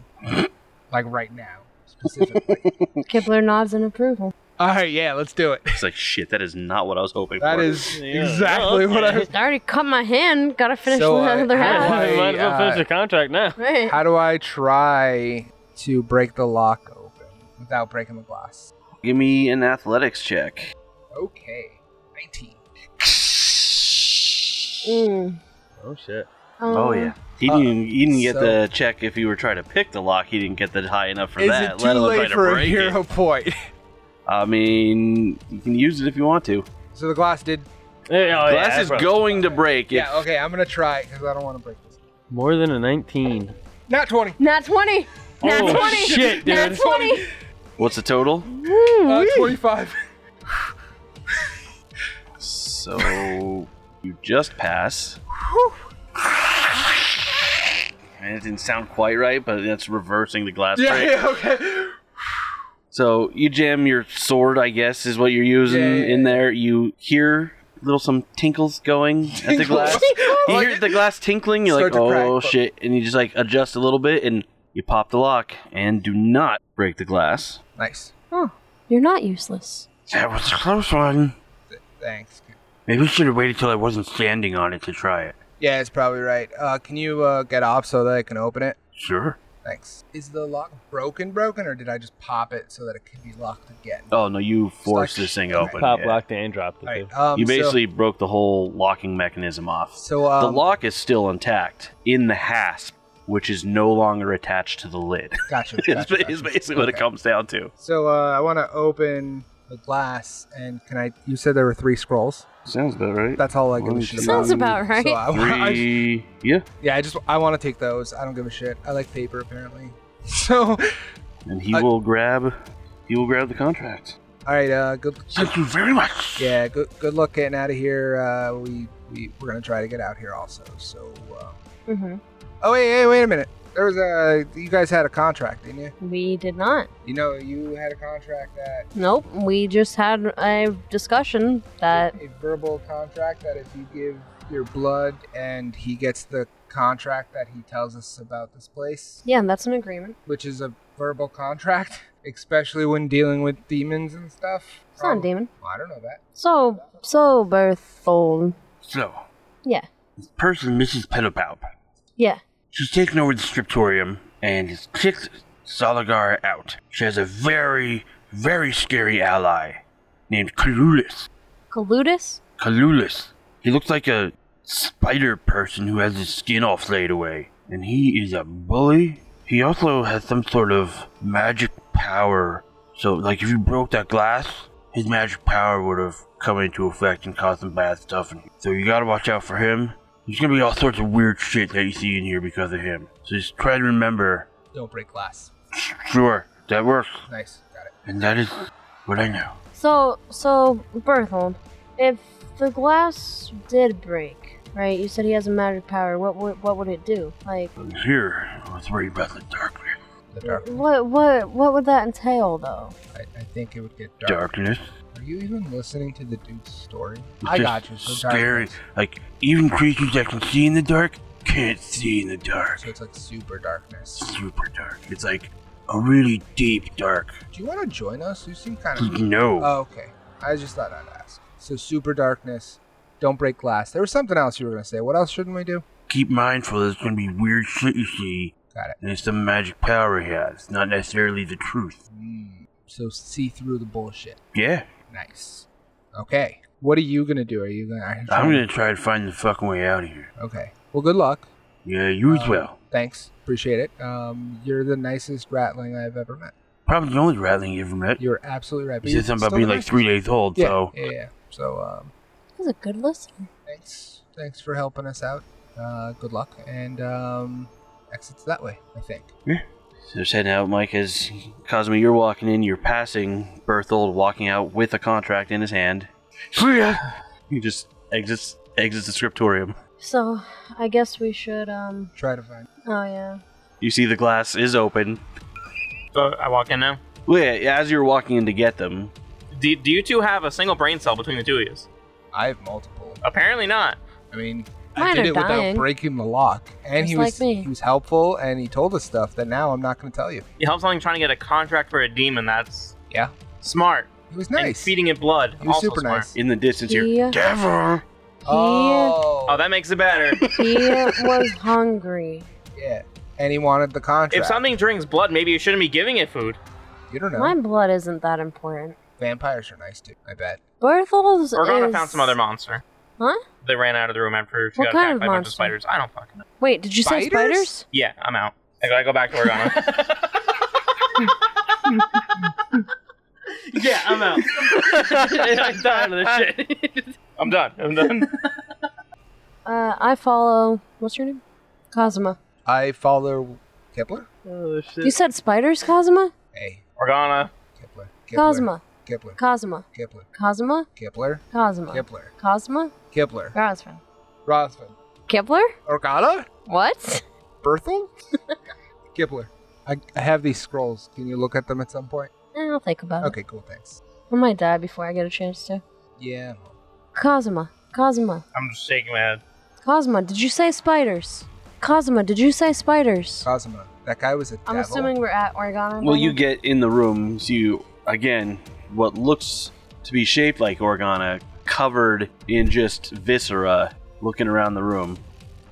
[SPEAKER 4] like right now specifically.
[SPEAKER 3] Kibler nods in approval.
[SPEAKER 4] All right, yeah, let's do it.
[SPEAKER 1] It's like shit. That is not what I was hoping
[SPEAKER 4] That
[SPEAKER 1] for.
[SPEAKER 4] is
[SPEAKER 2] Yeah.
[SPEAKER 4] exactly what I.
[SPEAKER 3] I already cut my hand. Gotta finish
[SPEAKER 4] So,
[SPEAKER 3] the
[SPEAKER 4] uh,
[SPEAKER 3] other
[SPEAKER 4] how
[SPEAKER 3] half.
[SPEAKER 4] do I-
[SPEAKER 2] Might as
[SPEAKER 3] uh,
[SPEAKER 2] well finish the contract now.
[SPEAKER 3] Right.
[SPEAKER 4] How do I try to break the lock open without breaking the glass?
[SPEAKER 1] Give me an athletics check.
[SPEAKER 4] Okay, nineteen.
[SPEAKER 3] Mm.
[SPEAKER 2] Oh shit.
[SPEAKER 1] oh
[SPEAKER 3] Um,
[SPEAKER 1] yeah. He didn't, even, he didn't get
[SPEAKER 4] Uh, so-
[SPEAKER 1] the check if you were trying to pick the lock. He didn't get that high enough for
[SPEAKER 4] Is
[SPEAKER 1] that.
[SPEAKER 4] it too
[SPEAKER 1] let alone try
[SPEAKER 4] late
[SPEAKER 1] to
[SPEAKER 4] for a
[SPEAKER 1] break
[SPEAKER 4] hero
[SPEAKER 1] it.
[SPEAKER 4] point?
[SPEAKER 1] I mean, you can use it if you want to.
[SPEAKER 4] So the glass did.
[SPEAKER 2] Hey, oh,
[SPEAKER 1] Glass
[SPEAKER 2] yeah,
[SPEAKER 1] is
[SPEAKER 2] bro.
[SPEAKER 1] going to break. if-
[SPEAKER 4] Yeah. Okay, I'm gonna try it because I don't want to break this.
[SPEAKER 2] More than a 19.
[SPEAKER 4] Not twenty.
[SPEAKER 3] Nat 20! Nat
[SPEAKER 2] Oh,
[SPEAKER 3] 20!
[SPEAKER 2] shit, dude.
[SPEAKER 3] Nat 20!
[SPEAKER 1] What's the total?
[SPEAKER 4] Uh, 25.
[SPEAKER 1] So you just pass. And it didn't sound quite right, but that's reversing the glass
[SPEAKER 4] Yeah,
[SPEAKER 1] break.
[SPEAKER 4] yeah, okay.
[SPEAKER 1] So you jam your sword, I guess, is what you're using
[SPEAKER 4] Yeah, yeah,
[SPEAKER 1] in
[SPEAKER 4] yeah.
[SPEAKER 1] there. You hear little some tinkles going at the
[SPEAKER 4] Tinkles.
[SPEAKER 1] glass. you hear the glass tinkling. You're like,
[SPEAKER 4] Start to crack,
[SPEAKER 1] oh
[SPEAKER 4] but-
[SPEAKER 1] shit, and you just like adjust a little bit, and you pop the lock, and do not break the glass.
[SPEAKER 4] Nice.
[SPEAKER 3] You're not useless.
[SPEAKER 6] That was a close one.
[SPEAKER 4] Thanks.
[SPEAKER 6] Maybe we should have waited till I wasn't standing on it to try it.
[SPEAKER 4] Yeah, it's probably right. Uh, can you uh, get off so that I can open it?
[SPEAKER 6] Sure.
[SPEAKER 4] Thanks. Is the lock broken, broken, or did I just pop it so that it could be locked again?
[SPEAKER 1] Oh no, you forced
[SPEAKER 4] Stuck.
[SPEAKER 1] this thing
[SPEAKER 4] Okay.
[SPEAKER 1] open.
[SPEAKER 2] Pop
[SPEAKER 1] yeah.
[SPEAKER 2] locked it and dropped it.
[SPEAKER 4] All right.
[SPEAKER 2] dude.
[SPEAKER 4] Um,
[SPEAKER 1] You
[SPEAKER 4] so-
[SPEAKER 1] basically broke the whole locking mechanism off.
[SPEAKER 4] So, um,
[SPEAKER 1] the lock is still intact in the hasp, which is no longer attached to the lid.
[SPEAKER 4] Gotcha.
[SPEAKER 1] It's
[SPEAKER 4] gotcha,
[SPEAKER 1] is
[SPEAKER 4] gotcha.
[SPEAKER 1] basically what it
[SPEAKER 4] Okay.
[SPEAKER 1] comes down to.
[SPEAKER 4] So uh, I want to open the glass, and can I? You said there were three scrolls.
[SPEAKER 1] Sounds about right.
[SPEAKER 4] That's all I give
[SPEAKER 1] One,
[SPEAKER 4] a shit
[SPEAKER 1] two,
[SPEAKER 4] about.
[SPEAKER 3] Sounds about right.
[SPEAKER 4] So I, I just-
[SPEAKER 1] Three. Yeah.
[SPEAKER 4] yeah, I just I want to take those. I don't give a shit. I like paper apparently. So, all
[SPEAKER 1] And he
[SPEAKER 4] I-
[SPEAKER 1] will grab. He will grab the contract.
[SPEAKER 4] right. Uh, good
[SPEAKER 6] Thank you very much.
[SPEAKER 4] Yeah, good, good luck getting out of here. Uh, we, we we're gonna try to get out here also. So, uh...
[SPEAKER 3] Mm-hmm.
[SPEAKER 4] oh wait, hey, wait a minute. There was a you guys had a contract, didn't you?
[SPEAKER 3] We did not.
[SPEAKER 4] You know, you had a contract that
[SPEAKER 3] Nope. We just had a discussion that.
[SPEAKER 4] a verbal contract that if you give your blood and he gets the contract that he tells us about this place,
[SPEAKER 3] Yeah, that's an agreement.
[SPEAKER 4] which is a verbal contract, especially when dealing with demons and stuff.
[SPEAKER 3] It's not a demon.
[SPEAKER 4] I don't know that.
[SPEAKER 3] So, so Berthold.
[SPEAKER 6] So,
[SPEAKER 3] Yeah.
[SPEAKER 6] this person, Mrs. Pedopalp,
[SPEAKER 3] Yeah.
[SPEAKER 6] she's taken over the scriptorium and has kicked Soligar out. She has a very, very scary ally named Kalulus.
[SPEAKER 3] Kalutis?
[SPEAKER 6] Kalulus. He looks like a spider person who has his skin all flayed away. And he is a bully. He also has some sort of magic power. So, like, if you broke that glass, his magic power would have come into effect and caused some bad stuff. And so, you gotta watch out for him. There's gonna be all sorts of weird shit that you see in here because of him. So, just try to remember.
[SPEAKER 4] Don't break glass.
[SPEAKER 6] Sure, that works.
[SPEAKER 4] Nice. Got it.
[SPEAKER 6] And that is what I know.
[SPEAKER 3] So, so, Berthold, if the glass did break, right, you said he has a magic power, what would, what would it do? Like,
[SPEAKER 6] Here, let's worry about the darkness.
[SPEAKER 4] The dark.
[SPEAKER 3] what, what, what would that entail, though?
[SPEAKER 4] I, I think it would get dark.
[SPEAKER 6] Darkness.
[SPEAKER 4] Are you even listening to the dude's story?
[SPEAKER 6] It's
[SPEAKER 4] I
[SPEAKER 6] just
[SPEAKER 4] got you. So
[SPEAKER 6] scary.
[SPEAKER 4] darkness.
[SPEAKER 6] Like even creatures that can see in the dark can't see in the dark.
[SPEAKER 4] So it's like super darkness.
[SPEAKER 6] Super dark. It's like a really deep dark.
[SPEAKER 4] Do you want to join us? You seem kind of.
[SPEAKER 6] No.
[SPEAKER 4] Oh, okay. I just thought I'd ask. So super darkness. Don't break glass. There was something else you were gonna say. What else shouldn't we do?
[SPEAKER 6] Keep mindful. There's gonna be weird shit you see,
[SPEAKER 4] Got it.
[SPEAKER 6] and it's the magic power he has, not necessarily the truth.
[SPEAKER 4] Mm. So see through the bullshit.
[SPEAKER 6] Yeah.
[SPEAKER 4] Nice. Okay. What are you gonna do? Are you gonna? are you
[SPEAKER 6] I'm
[SPEAKER 4] trying-
[SPEAKER 6] gonna try to find the fucking way out of here.
[SPEAKER 4] Okay. Well, good luck.
[SPEAKER 6] Yeah, you as
[SPEAKER 4] Um,
[SPEAKER 6] well.
[SPEAKER 4] Thanks. Appreciate it. Um, you're the nicest ratling I've ever met.
[SPEAKER 6] Probably the only rattling you ever met.
[SPEAKER 4] You're absolutely right. but
[SPEAKER 6] You
[SPEAKER 4] you're
[SPEAKER 6] said something about
[SPEAKER 4] still
[SPEAKER 6] being
[SPEAKER 4] the
[SPEAKER 6] like three
[SPEAKER 4] nicest.
[SPEAKER 6] days old,
[SPEAKER 4] Yeah,
[SPEAKER 6] so
[SPEAKER 4] yeah, yeah. So um,
[SPEAKER 3] He's a good listener.
[SPEAKER 4] thanks, thanks for helping us out. Uh, good luck, and um, exits that way. I think.
[SPEAKER 1] So just heading out, Mike, as Cosmo, you're walking in, you're passing Berthold walking out with a contract in his hand. He just exits exits the scriptorium.
[SPEAKER 3] So, I guess we should, um,
[SPEAKER 4] Try to find.
[SPEAKER 3] oh yeah.
[SPEAKER 1] You see the glass is open.
[SPEAKER 5] So I walk in now.
[SPEAKER 1] Well, yeah, as you're walking in to get them,
[SPEAKER 5] Do, do you two have a single brain cell between the two of you?
[SPEAKER 4] I have multiple.
[SPEAKER 5] Apparently not.
[SPEAKER 4] I mean, I
[SPEAKER 3] Mine are
[SPEAKER 4] did it without
[SPEAKER 3] dying.
[SPEAKER 4] breaking the lock, and he
[SPEAKER 3] Just
[SPEAKER 4] was
[SPEAKER 3] like me.
[SPEAKER 4] he was helpful, and he told us stuff that now I'm not going to tell you.
[SPEAKER 5] You help something trying to get a contract for a demon. That's
[SPEAKER 4] Yeah.
[SPEAKER 5] smart.
[SPEAKER 4] He was
[SPEAKER 5] And
[SPEAKER 4] nice.
[SPEAKER 5] feeding it blood.
[SPEAKER 4] he was
[SPEAKER 5] also
[SPEAKER 4] super
[SPEAKER 5] smart.
[SPEAKER 4] nice.
[SPEAKER 1] in the distance, you're
[SPEAKER 3] He, he
[SPEAKER 6] devil.
[SPEAKER 4] Oh,
[SPEAKER 5] Oh, that makes it better.
[SPEAKER 3] was hungry.
[SPEAKER 4] yeah. And he wanted the contract.
[SPEAKER 5] if something drinks blood, maybe you shouldn't be giving it food.
[SPEAKER 4] you don't know.
[SPEAKER 3] My blood isn't that important.
[SPEAKER 4] Vampires are nice too. I bet.
[SPEAKER 3] Berthold's
[SPEAKER 5] Organa
[SPEAKER 3] is...
[SPEAKER 5] found some other monster.
[SPEAKER 3] Huh?
[SPEAKER 5] They ran out of the room after she
[SPEAKER 3] What
[SPEAKER 5] got
[SPEAKER 3] kind
[SPEAKER 5] attacked
[SPEAKER 3] of
[SPEAKER 5] by a bunch
[SPEAKER 3] monster?
[SPEAKER 5] of spiders. I don't fucking know.
[SPEAKER 3] Wait, did you say
[SPEAKER 4] Spiders?
[SPEAKER 3] spiders?
[SPEAKER 5] Yeah, I'm out. I gotta go back to Organa. yeah, I'm out.
[SPEAKER 2] I'm tired of this shit.
[SPEAKER 5] I'm done. I'm done.
[SPEAKER 3] Uh, I follow. What's your name? Cosma.
[SPEAKER 4] I follow Kepler.
[SPEAKER 2] oh
[SPEAKER 3] You
[SPEAKER 2] shit.
[SPEAKER 3] said spiders, Cosma?
[SPEAKER 4] Hey,
[SPEAKER 5] Organa.
[SPEAKER 4] Kepler. Kepler.
[SPEAKER 3] Cosma.
[SPEAKER 4] Kepler.
[SPEAKER 3] Cosma.
[SPEAKER 4] Kepler.
[SPEAKER 3] Cosma.
[SPEAKER 4] Kepler.
[SPEAKER 3] Cosma.
[SPEAKER 4] Kepler.
[SPEAKER 3] Cosma.
[SPEAKER 4] Kepler.
[SPEAKER 3] Rosman.
[SPEAKER 4] Rothman.
[SPEAKER 3] Kepler?
[SPEAKER 4] Organa?
[SPEAKER 3] What?
[SPEAKER 4] Berthel? Kepler. I, I have these scrolls. Can you look at them at some point?
[SPEAKER 3] Eh, I'll think about
[SPEAKER 4] Okay, cool. Thanks.
[SPEAKER 3] it. I might die before I get a chance to.
[SPEAKER 4] Yeah.
[SPEAKER 3] Cosma. Cosma.
[SPEAKER 5] I'm just shaking my head.
[SPEAKER 3] Cosma, did you say spiders? Cosma, did you say spiders?
[SPEAKER 4] Cosima. That guy was a devil.
[SPEAKER 3] I'm assuming we're at Oregano.
[SPEAKER 1] Uh, well,
[SPEAKER 3] now.
[SPEAKER 1] you get in the room, so you again what looks to be shaped like Organa, covered in just viscera, looking around the room.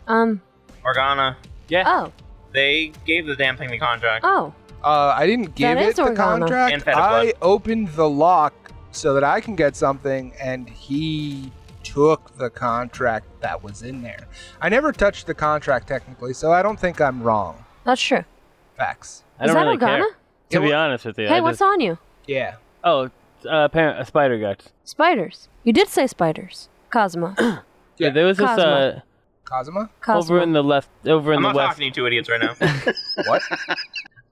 [SPEAKER 3] Um.
[SPEAKER 5] Organa.
[SPEAKER 3] Oh.
[SPEAKER 5] They gave the damn thing the contract.
[SPEAKER 3] Oh.
[SPEAKER 4] Uh, I didn't give
[SPEAKER 3] That
[SPEAKER 4] it
[SPEAKER 3] is
[SPEAKER 4] the
[SPEAKER 3] Organa.
[SPEAKER 5] And
[SPEAKER 4] contract.
[SPEAKER 5] Feta
[SPEAKER 4] I
[SPEAKER 5] Blood.
[SPEAKER 4] opened the lock so that I can get something, and he took the contract that was in there. I never touched the contract technically, so I don't think I'm wrong.
[SPEAKER 3] That's true.
[SPEAKER 4] Facts.
[SPEAKER 2] I don't
[SPEAKER 3] is that
[SPEAKER 2] really
[SPEAKER 3] Organa?
[SPEAKER 2] care. To
[SPEAKER 4] Yeah,
[SPEAKER 2] be
[SPEAKER 4] wha-
[SPEAKER 2] honest with you,
[SPEAKER 3] hey,
[SPEAKER 2] I
[SPEAKER 3] what's
[SPEAKER 2] just,
[SPEAKER 3] on you?
[SPEAKER 4] Yeah.
[SPEAKER 2] oh, it's, uh, apparent a spider guts.
[SPEAKER 3] Spiders. You did say spiders. Cosma.
[SPEAKER 2] Yeah, there was this uh,
[SPEAKER 3] Cosmo.
[SPEAKER 4] Cosima?
[SPEAKER 3] Cosma.
[SPEAKER 2] over in the left, over in
[SPEAKER 5] I'm
[SPEAKER 2] the
[SPEAKER 5] not
[SPEAKER 2] west,
[SPEAKER 5] talking to you two idiots right now.
[SPEAKER 4] What?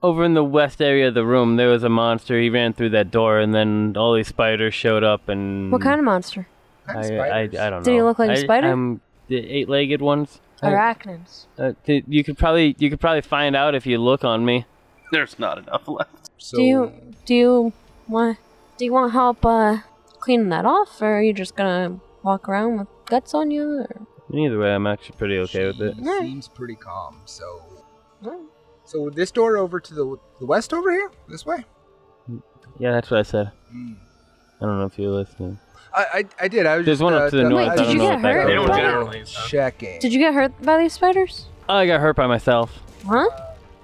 [SPEAKER 2] over in the west area of the room. There was a monster. He ran through that door, and then all these spiders showed up. And
[SPEAKER 3] What kind of monster?
[SPEAKER 4] I'm
[SPEAKER 2] I, I, I
[SPEAKER 4] spiders.
[SPEAKER 2] don't know.
[SPEAKER 3] Did he look like a
[SPEAKER 2] a
[SPEAKER 3] spider?
[SPEAKER 2] Um, the eight-legged ones. I-
[SPEAKER 3] Arachnids.
[SPEAKER 2] Uh, th- you could probably you could probably find out if you look on me.
[SPEAKER 1] There's not enough left.
[SPEAKER 4] So,
[SPEAKER 3] do you do you want do you want help uh, cleaning that off, or are you just gonna walk around with guts on you? Or?
[SPEAKER 2] Either way, I'm actually pretty okay with it.
[SPEAKER 4] She
[SPEAKER 3] Yeah.
[SPEAKER 4] Seems pretty calm. So, so this door over to the the west over here, this way.
[SPEAKER 2] Yeah, that's what I said.
[SPEAKER 4] Hmm.
[SPEAKER 2] I don't know if you're listening.
[SPEAKER 4] I, I I did. I was
[SPEAKER 2] There's
[SPEAKER 4] just,
[SPEAKER 2] one up
[SPEAKER 4] uh,
[SPEAKER 2] to the
[SPEAKER 4] done-
[SPEAKER 2] north.
[SPEAKER 4] I
[SPEAKER 3] Wait, did
[SPEAKER 4] was
[SPEAKER 3] you
[SPEAKER 4] just
[SPEAKER 3] get hurt
[SPEAKER 5] They don't
[SPEAKER 4] double
[SPEAKER 5] generally, so.
[SPEAKER 4] Checking.
[SPEAKER 3] Did you get hurt by these spiders?
[SPEAKER 2] Oh, I got hurt by myself.
[SPEAKER 3] Huh?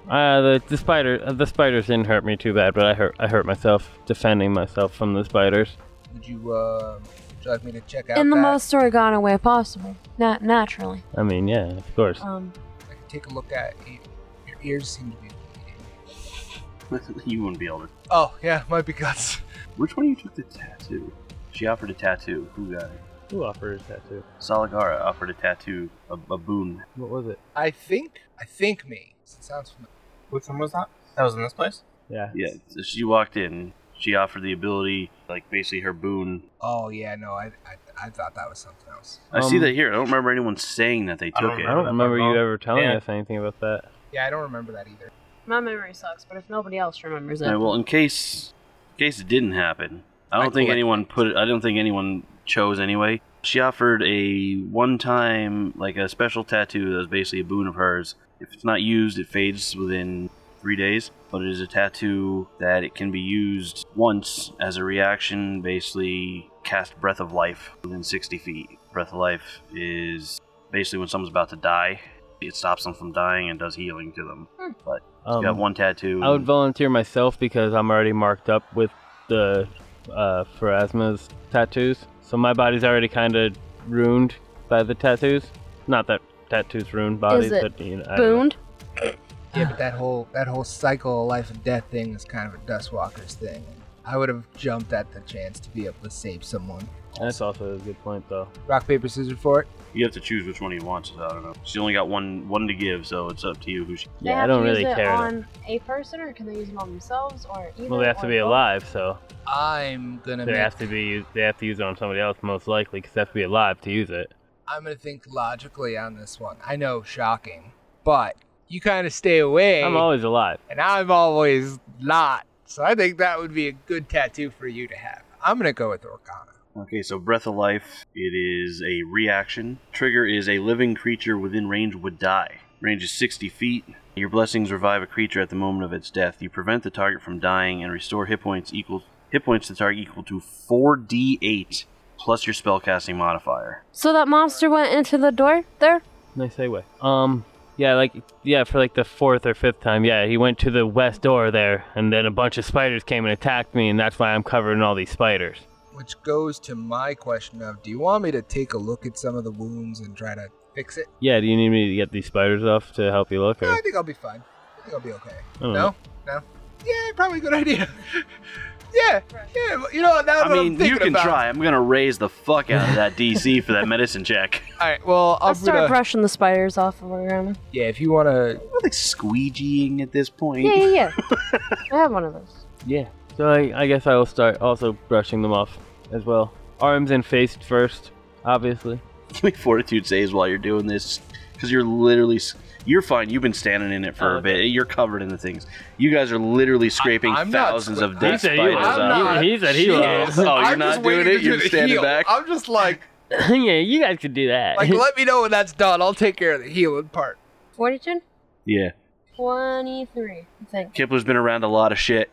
[SPEAKER 2] Uh, the, the spider uh, the spiders didn't hurt me too bad, but I hurt I hurt myself defending myself from the spiders.
[SPEAKER 4] Would you, uh, would you like me to check out
[SPEAKER 3] in the
[SPEAKER 4] that?
[SPEAKER 3] most oregano way possible, not naturally.
[SPEAKER 2] I mean, yeah, of course.
[SPEAKER 3] Um,
[SPEAKER 4] I could take a look at you. Your ears seem to be bleeding.
[SPEAKER 6] you wouldn't be able to.
[SPEAKER 4] Oh, yeah, might be guts.
[SPEAKER 6] Which one of you took the tattoo? She offered a tattoo. Who got it?
[SPEAKER 2] Who offers tattoo?
[SPEAKER 6] Salagara offered a tattoo, a, a boon.
[SPEAKER 2] What was it?
[SPEAKER 4] I think, I think me. It sounds familiar.
[SPEAKER 5] Which one was that? That was in this place?
[SPEAKER 2] Yeah.
[SPEAKER 6] Yeah, so she walked in. She offered the ability, like basically her boon.
[SPEAKER 4] Oh, yeah, no, I, I, I thought that was something else.
[SPEAKER 6] I see
[SPEAKER 2] Um,
[SPEAKER 6] that here. I don't remember anyone saying that they
[SPEAKER 5] I don't
[SPEAKER 6] took it.
[SPEAKER 2] I don't remember you ever telling
[SPEAKER 5] Yeah.
[SPEAKER 2] us anything about that.
[SPEAKER 4] Yeah, I don't remember that either.
[SPEAKER 3] my memory sucks, but if nobody else remembers
[SPEAKER 6] Yeah, well, in case in case it didn't happen, I don't
[SPEAKER 4] I
[SPEAKER 6] think
[SPEAKER 4] collect-
[SPEAKER 6] anyone put it. I don't think anyone chose anyway. She offered a one-time, like a special tattoo that was basically a boon of hers. If it's not used, it fades within three days. But it is a tattoo that it can be used once as a reaction. Basically, cast breath of life within 60 feet. Breath of life is basically when someone's about to die. It stops them from dying and does healing to them. But
[SPEAKER 2] Um,
[SPEAKER 6] you have one tattoo.
[SPEAKER 2] I would volunteer myself because I'm already marked up with the uh, Pharasma's tattoos, so my body's already kind of ruined by the tattoos. Not that tattoos ruin bodies,
[SPEAKER 3] it
[SPEAKER 2] but you know, I don't know.
[SPEAKER 3] Booned?
[SPEAKER 4] Yeah, but that whole that whole cycle of life and death thing is kind of a Dustwalker's thing. I would have jumped at the chance to be able to save someone.
[SPEAKER 2] That's also a good point, though.
[SPEAKER 4] Rock paper scissors for it.
[SPEAKER 6] You have to choose which one he wants. So I don't know. She's only got one one to give, so it's up to you. Who she...
[SPEAKER 3] They
[SPEAKER 2] Yeah, I
[SPEAKER 3] have
[SPEAKER 2] don't
[SPEAKER 3] to use
[SPEAKER 2] really
[SPEAKER 3] it
[SPEAKER 2] care.
[SPEAKER 3] on a person, or can they use it on themselves, or either?
[SPEAKER 2] well, they have to
[SPEAKER 3] or
[SPEAKER 2] be
[SPEAKER 3] both?
[SPEAKER 2] alive, so
[SPEAKER 4] I'm gonna
[SPEAKER 2] they
[SPEAKER 4] make,
[SPEAKER 2] have to be they have to use it on somebody else most likely because they have to be alive to use it.
[SPEAKER 4] I'm gonna think logically on this one. I know, shocking, but you kind of stay away,
[SPEAKER 2] I'm always alive.
[SPEAKER 4] and I'm always not. So I think that would be a good tattoo for you to have. I'm gonna go with Organa.
[SPEAKER 6] Okay, so breath of life. It is a reaction. Trigger is a living creature within range would die. Range is 60 feet. Your blessings revive a creature at the moment of its death. You prevent the target from dying and restore hit points equal hit points to the target equal to 4d8 plus your spellcasting modifier.
[SPEAKER 3] So that monster went into the door there.
[SPEAKER 2] Nice segue. Um, yeah, like yeah, for like the fourth or fifth time, yeah, he went to the west door there, and then a bunch of spiders came and attacked me, and that's why I'm covered in all these spiders.
[SPEAKER 4] Which goes to my question of: Do you want me to take a look at some of the wounds and try to fix it?
[SPEAKER 2] Yeah, do you need me to get these spiders off to help you look, or
[SPEAKER 4] No, I think I'll be fine. I think I'll be okay.
[SPEAKER 2] don't know.
[SPEAKER 4] No? No? Yeah, probably a good idea. yeah, yeah. You know, now that am
[SPEAKER 6] I mean,
[SPEAKER 4] thinking
[SPEAKER 6] you can
[SPEAKER 4] about it-
[SPEAKER 6] try. I'm gonna raise the fuck out of that DC for that medicine check.
[SPEAKER 4] All right, well,
[SPEAKER 3] I'll
[SPEAKER 4] I'm
[SPEAKER 3] start
[SPEAKER 4] gonna...
[SPEAKER 3] brushing the spiders off of Organa.
[SPEAKER 4] Yeah, if you want to...
[SPEAKER 6] I think squeegeeing at this point.
[SPEAKER 3] Yeah, yeah, yeah. I have one of those.
[SPEAKER 2] yeah? So I, I guess I will start also brushing them off as well. Arms and face first, obviously.
[SPEAKER 6] Give me fortitude saves while you're doing this, because you're literally s- you're fine. You've been standing in it for
[SPEAKER 2] Oh,
[SPEAKER 6] a bit. You're covered in the things. You guys are literally scraping
[SPEAKER 4] I'm not
[SPEAKER 6] thousands
[SPEAKER 4] squi-
[SPEAKER 6] of dead
[SPEAKER 4] He
[SPEAKER 2] said
[SPEAKER 6] spiders.
[SPEAKER 2] you were.
[SPEAKER 6] out.
[SPEAKER 2] I'm not- He- he said he
[SPEAKER 4] Jeez.
[SPEAKER 6] was. Oh, you're
[SPEAKER 4] I'm
[SPEAKER 6] not
[SPEAKER 4] just waiting
[SPEAKER 6] doing it?
[SPEAKER 4] to
[SPEAKER 6] You're
[SPEAKER 4] do the
[SPEAKER 6] standing
[SPEAKER 4] heal.
[SPEAKER 6] back?
[SPEAKER 4] I'm just like,
[SPEAKER 2] yeah, you guys could do that.
[SPEAKER 4] like, let me know when that's done. I'll take care of the healing part.
[SPEAKER 3] Fortitude,
[SPEAKER 6] Yeah,
[SPEAKER 3] twenty-three. I think.
[SPEAKER 6] Kipler's been around a lot of shit.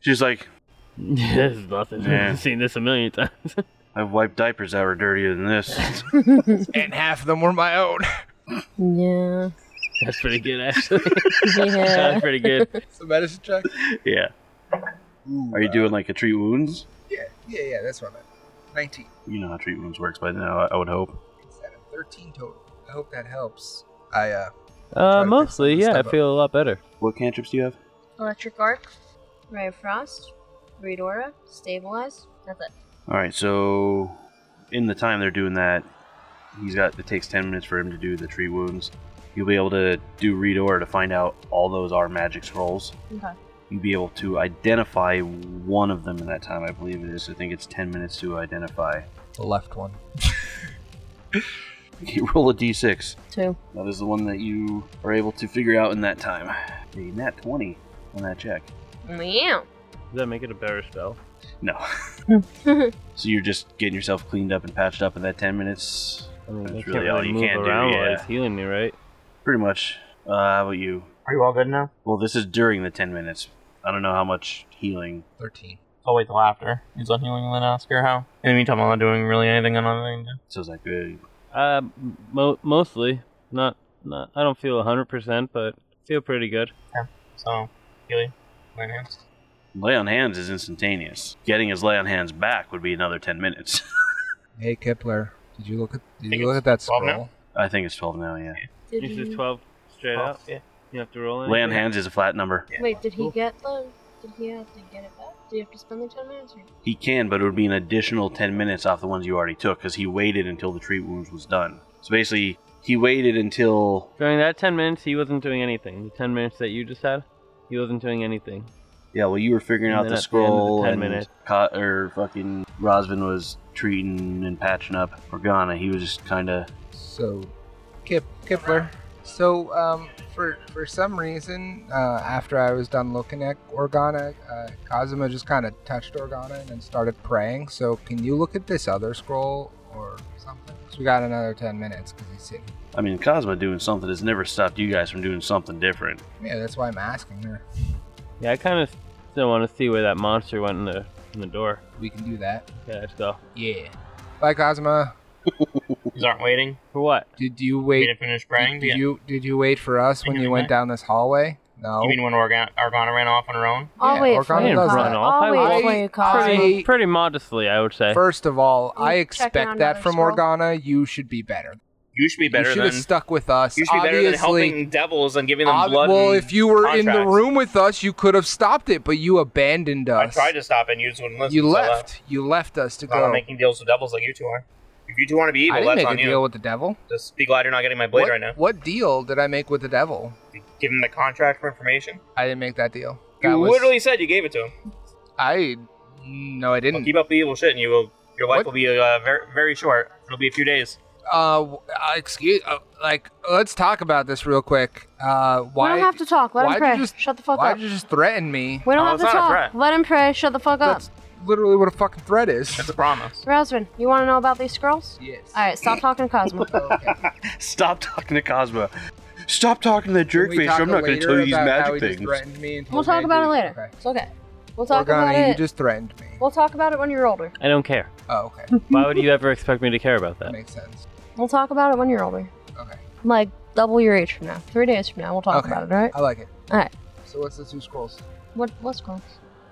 [SPEAKER 6] She's like,
[SPEAKER 2] this is nothing.
[SPEAKER 6] Yeah.
[SPEAKER 2] I've seen this a million times.
[SPEAKER 6] I've wiped diapers that were dirtier than this.
[SPEAKER 4] And half of them were my own.
[SPEAKER 3] Yeah.
[SPEAKER 2] That's pretty good, actually.
[SPEAKER 3] Yeah.
[SPEAKER 2] That's pretty good.
[SPEAKER 4] so medicine check?
[SPEAKER 6] yeah.
[SPEAKER 4] Ooh,
[SPEAKER 6] Are you
[SPEAKER 4] uh,
[SPEAKER 6] doing like a treat wounds?
[SPEAKER 4] Yeah, yeah, yeah, that's what I meant. 19.
[SPEAKER 6] You know how treat wounds works by now. I, I would hope.
[SPEAKER 4] Seven, 13 total. I hope that helps. I, uh...
[SPEAKER 2] Uh,
[SPEAKER 4] fix
[SPEAKER 2] mostly,
[SPEAKER 4] this
[SPEAKER 2] yeah, I
[SPEAKER 4] stuff up.
[SPEAKER 2] feel a lot better.
[SPEAKER 6] What cantrips do you have?
[SPEAKER 3] Electric arc, ray of frost, read aura, stabilize. That's it.
[SPEAKER 6] All right, so in the time they're doing that, he's got it takes 10 minutes for him to do the tree wounds. You'll be able to do read order to find out all those are magic scrolls.
[SPEAKER 3] Okay.
[SPEAKER 6] You'll be able to identify one of them in that time, I believe it is. I think it's 10 minutes to identify.
[SPEAKER 4] The left one.
[SPEAKER 6] You roll a d6.
[SPEAKER 3] Two.
[SPEAKER 6] That is the one that you are able to figure out in that time. A nat 20 on that check.
[SPEAKER 3] Meow.
[SPEAKER 2] Does that make it a better spell?
[SPEAKER 6] No. so you're just getting yourself cleaned up and patched up in that 10 minutes.
[SPEAKER 2] I mean,
[SPEAKER 6] That's
[SPEAKER 2] I can't
[SPEAKER 6] really all you
[SPEAKER 2] move
[SPEAKER 6] can do,
[SPEAKER 2] around while
[SPEAKER 6] yeah.
[SPEAKER 2] it's healing me, right?
[SPEAKER 6] Pretty much. Uh, how about you?
[SPEAKER 5] Are you all good now?
[SPEAKER 6] Well, this is during the 10 minutes. I don't know how much healing.
[SPEAKER 4] 13.
[SPEAKER 5] I'll wait till after. He's on healing and then ask her how. In the meantime, I'm not doing really anything on anything.
[SPEAKER 6] So is that good?
[SPEAKER 2] Uh, m- mo- mostly. Not, not. I don't feel 100%, but feel pretty good.
[SPEAKER 5] So, healing, enhanced.
[SPEAKER 6] Lay on hands is instantaneous. Getting his lay on hands back would be another 10 minutes.
[SPEAKER 4] Hey Kipler, did you look at did
[SPEAKER 5] Think
[SPEAKER 4] you look
[SPEAKER 5] it's
[SPEAKER 4] at that
[SPEAKER 5] 12 now?
[SPEAKER 4] scroll?
[SPEAKER 6] I think it's 12 now, yeah.
[SPEAKER 3] Did
[SPEAKER 2] This is
[SPEAKER 3] he-
[SPEAKER 2] 12 straight up.
[SPEAKER 5] Yeah.
[SPEAKER 2] You have to roll in.
[SPEAKER 6] Lay on hands is a flat number.
[SPEAKER 3] Wait, did he get the? Did he have to get it back? Do you have to spend the ten minutes? Or?
[SPEAKER 6] He can, but it would be an additional 10 minutes off the ones you already took because he waited until the treat wounds was done. So basically, he waited until.
[SPEAKER 2] During that 10 minutes, he wasn't doing anything. The 10 minutes that you just had, he wasn't doing anything.
[SPEAKER 6] Yeah, well, you were figuring
[SPEAKER 2] And
[SPEAKER 6] out
[SPEAKER 2] then
[SPEAKER 6] the
[SPEAKER 2] at the end of the
[SPEAKER 6] scroll
[SPEAKER 2] 10
[SPEAKER 6] and
[SPEAKER 2] minute-
[SPEAKER 6] Ka- or fucking Rosvin was treating and patching up Organa. He was just kind of.
[SPEAKER 4] So, Kip Kipler. So, um, for for some reason, uh, after I was done looking at Organa, uh, Kazuma just kind of touched Organa and then started praying. So, can you look at this other scroll or something? 'Cause we got another ten minutes because he's sitting.
[SPEAKER 6] I mean, Cosmo doing something has never stopped you guys from doing something different.
[SPEAKER 4] Yeah, that's why I'm asking her.
[SPEAKER 2] Yeah, I kind of still want to see where that monster went in the in the door.
[SPEAKER 4] We can do that.
[SPEAKER 2] Yeah, let's go.
[SPEAKER 4] Yeah. Bye, Kazuma.
[SPEAKER 5] These aren't waiting.
[SPEAKER 2] For what?
[SPEAKER 4] Did you
[SPEAKER 5] Wait
[SPEAKER 4] wait?
[SPEAKER 5] to finish praying.
[SPEAKER 4] Did,
[SPEAKER 5] Yeah.
[SPEAKER 4] you did you wait for us when
[SPEAKER 5] Can
[SPEAKER 4] you
[SPEAKER 5] you read
[SPEAKER 4] went
[SPEAKER 5] that?
[SPEAKER 4] down this hallway? No.
[SPEAKER 5] You mean when Organ- Argana ran off on her own?
[SPEAKER 3] I'll
[SPEAKER 4] Yeah,
[SPEAKER 3] wait
[SPEAKER 4] or
[SPEAKER 3] for
[SPEAKER 4] Connor
[SPEAKER 3] you.
[SPEAKER 4] does
[SPEAKER 3] Connor.
[SPEAKER 4] that.
[SPEAKER 3] I'll
[SPEAKER 2] I-
[SPEAKER 3] wait for you, Connor.
[SPEAKER 2] Pretty, pretty modestly, I would say.
[SPEAKER 4] First of all,
[SPEAKER 3] You
[SPEAKER 4] I
[SPEAKER 3] check
[SPEAKER 4] expect
[SPEAKER 3] on
[SPEAKER 4] that
[SPEAKER 3] another
[SPEAKER 4] from
[SPEAKER 3] scroll.
[SPEAKER 4] Organa. You should be better.
[SPEAKER 5] You should be better
[SPEAKER 4] you should
[SPEAKER 5] than.
[SPEAKER 4] have stuck with us.
[SPEAKER 5] you should be better than
[SPEAKER 4] Obviously-
[SPEAKER 5] helping devils and giving them
[SPEAKER 4] ob-
[SPEAKER 5] blood.
[SPEAKER 4] well,
[SPEAKER 5] and
[SPEAKER 4] if you were in the
[SPEAKER 5] contracts.
[SPEAKER 4] room with us, you could have stopped it, but you abandoned
[SPEAKER 5] I
[SPEAKER 4] us.
[SPEAKER 5] tried to stop it, and you just wouldn't listen.
[SPEAKER 4] you
[SPEAKER 5] so, uh,
[SPEAKER 4] left. You left us to
[SPEAKER 5] I'm not
[SPEAKER 4] go.
[SPEAKER 5] making deals with devils like you two are. If you two want to be evil,
[SPEAKER 4] I didn't
[SPEAKER 5] that's
[SPEAKER 4] make
[SPEAKER 5] on
[SPEAKER 4] a
[SPEAKER 5] you.
[SPEAKER 4] deal with the devil.
[SPEAKER 5] Just be glad you're not getting my blade
[SPEAKER 4] what,
[SPEAKER 5] right now.
[SPEAKER 4] what deal did I make with the devil?
[SPEAKER 5] Give him the contract for information.
[SPEAKER 4] I didn't make that deal. That
[SPEAKER 5] You
[SPEAKER 4] was,
[SPEAKER 5] literally said you gave it to him.
[SPEAKER 4] I. No, I
[SPEAKER 5] Well,
[SPEAKER 4] didn't.
[SPEAKER 5] keep up the evil shit, and you will. Your life
[SPEAKER 4] What?
[SPEAKER 5] will be uh, very, very short. It'll be a few days.
[SPEAKER 4] Uh, w- uh, excuse. Uh, like, let's talk about this real quick. Uh,
[SPEAKER 3] We
[SPEAKER 4] why?
[SPEAKER 3] don't have to talk. Let
[SPEAKER 4] why'd
[SPEAKER 3] him pray.
[SPEAKER 4] you just-
[SPEAKER 3] Shut the fuck
[SPEAKER 4] why'd
[SPEAKER 3] up.
[SPEAKER 4] you just threaten me?
[SPEAKER 3] We don't
[SPEAKER 5] No,
[SPEAKER 3] have
[SPEAKER 5] it's
[SPEAKER 3] to
[SPEAKER 5] not a
[SPEAKER 3] talk.
[SPEAKER 5] threat.
[SPEAKER 3] Let him pray. Shut the fuck up.
[SPEAKER 4] That's literally what a fucking threat is.
[SPEAKER 5] That's a promise.
[SPEAKER 3] Rosvin, you want to know about these scrolls?
[SPEAKER 4] yes.
[SPEAKER 3] All right, stop talking to Cosmo.
[SPEAKER 4] Okay.
[SPEAKER 6] Stop talking to Cosmo. Stop talking to that
[SPEAKER 4] Can
[SPEAKER 6] jerk
[SPEAKER 4] we
[SPEAKER 6] face.
[SPEAKER 4] talk
[SPEAKER 6] I'm not going to
[SPEAKER 4] later
[SPEAKER 6] tell you these
[SPEAKER 4] about how he
[SPEAKER 6] magic
[SPEAKER 4] just
[SPEAKER 6] things.
[SPEAKER 4] threatened me and
[SPEAKER 3] we'll
[SPEAKER 4] told me
[SPEAKER 3] talk
[SPEAKER 4] I
[SPEAKER 3] about it
[SPEAKER 4] do-
[SPEAKER 3] later.
[SPEAKER 4] Okay.
[SPEAKER 3] It's okay. We'll talk
[SPEAKER 4] Organa,
[SPEAKER 3] about
[SPEAKER 4] you
[SPEAKER 3] it.
[SPEAKER 4] just threatened me.
[SPEAKER 3] We'll talk about it when you're older.
[SPEAKER 2] I don't care.
[SPEAKER 4] Oh, okay.
[SPEAKER 2] Why would you ever expect me to care about
[SPEAKER 4] That
[SPEAKER 2] that?
[SPEAKER 4] makes sense.
[SPEAKER 3] We'll talk about it when you're older.
[SPEAKER 4] Okay.
[SPEAKER 3] Like double your age from now. Three days from now, we'll talk
[SPEAKER 4] Okay.
[SPEAKER 3] about it. All right.
[SPEAKER 4] I like it.
[SPEAKER 3] Alright.
[SPEAKER 4] So what's the two scrolls?
[SPEAKER 3] What what scrolls?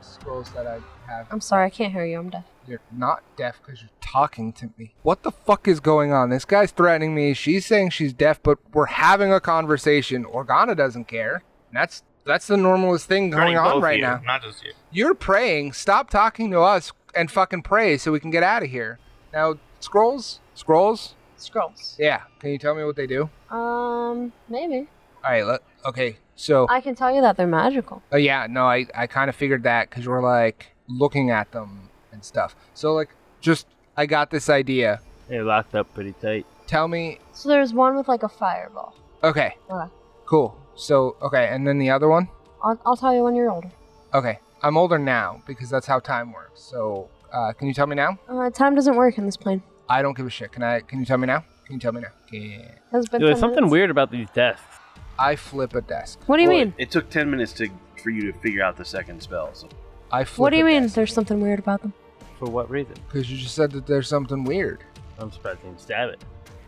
[SPEAKER 4] Scrolls that I have.
[SPEAKER 3] I'm sorry, I can't hear you. I'm deaf.
[SPEAKER 4] You're not deaf because you're talking to me. What the fuck is going on? This guy's threatening me. She's saying she's deaf, but we're having a conversation. Organa doesn't care. And that's that's the normalest thing going
[SPEAKER 5] Threatening both
[SPEAKER 4] on
[SPEAKER 5] of
[SPEAKER 4] right
[SPEAKER 5] you,
[SPEAKER 4] now.
[SPEAKER 5] Not just you.
[SPEAKER 4] You're praying. Stop talking to us and fucking pray so we can get out of here. Now, scrolls, scrolls.
[SPEAKER 3] Scrolls.
[SPEAKER 4] Yeah. Can you tell me what they do?
[SPEAKER 3] Um, maybe.
[SPEAKER 4] All right. Let, okay. So.
[SPEAKER 3] I can tell you that they're magical.
[SPEAKER 4] Oh yeah, no, I, I kind of figured that because we're like looking at them and stuff. So like, just I got this idea.
[SPEAKER 2] They locked up pretty tight.
[SPEAKER 4] Tell me,
[SPEAKER 3] So there's one with like a fireball.
[SPEAKER 4] okay,
[SPEAKER 3] Okay.
[SPEAKER 4] cool. So okay, and then the other one.
[SPEAKER 3] I'll, I'll tell you when you're older.
[SPEAKER 4] Okay, I'm older now because that's how time works. So uh, can you tell me now?
[SPEAKER 3] Uh, time doesn't work in this plane.
[SPEAKER 4] I don't give a shit. Can I? Can you tell me now? Can you tell me now? Yeah.
[SPEAKER 3] Has been
[SPEAKER 2] Dude, there's
[SPEAKER 3] 10
[SPEAKER 2] something
[SPEAKER 3] minutes.
[SPEAKER 2] weird about these desks.
[SPEAKER 4] I flip a desk.
[SPEAKER 3] What do you
[SPEAKER 6] Well,
[SPEAKER 3] mean?
[SPEAKER 6] It took 10 minutes to for you to figure out the second spell. So
[SPEAKER 4] I flip.
[SPEAKER 3] What do you
[SPEAKER 4] a
[SPEAKER 3] mean?
[SPEAKER 4] desk.
[SPEAKER 3] There's something weird about them.
[SPEAKER 2] For what reason?
[SPEAKER 4] Because you just said that there's something weird.
[SPEAKER 2] I'm surprised they didn't stab it.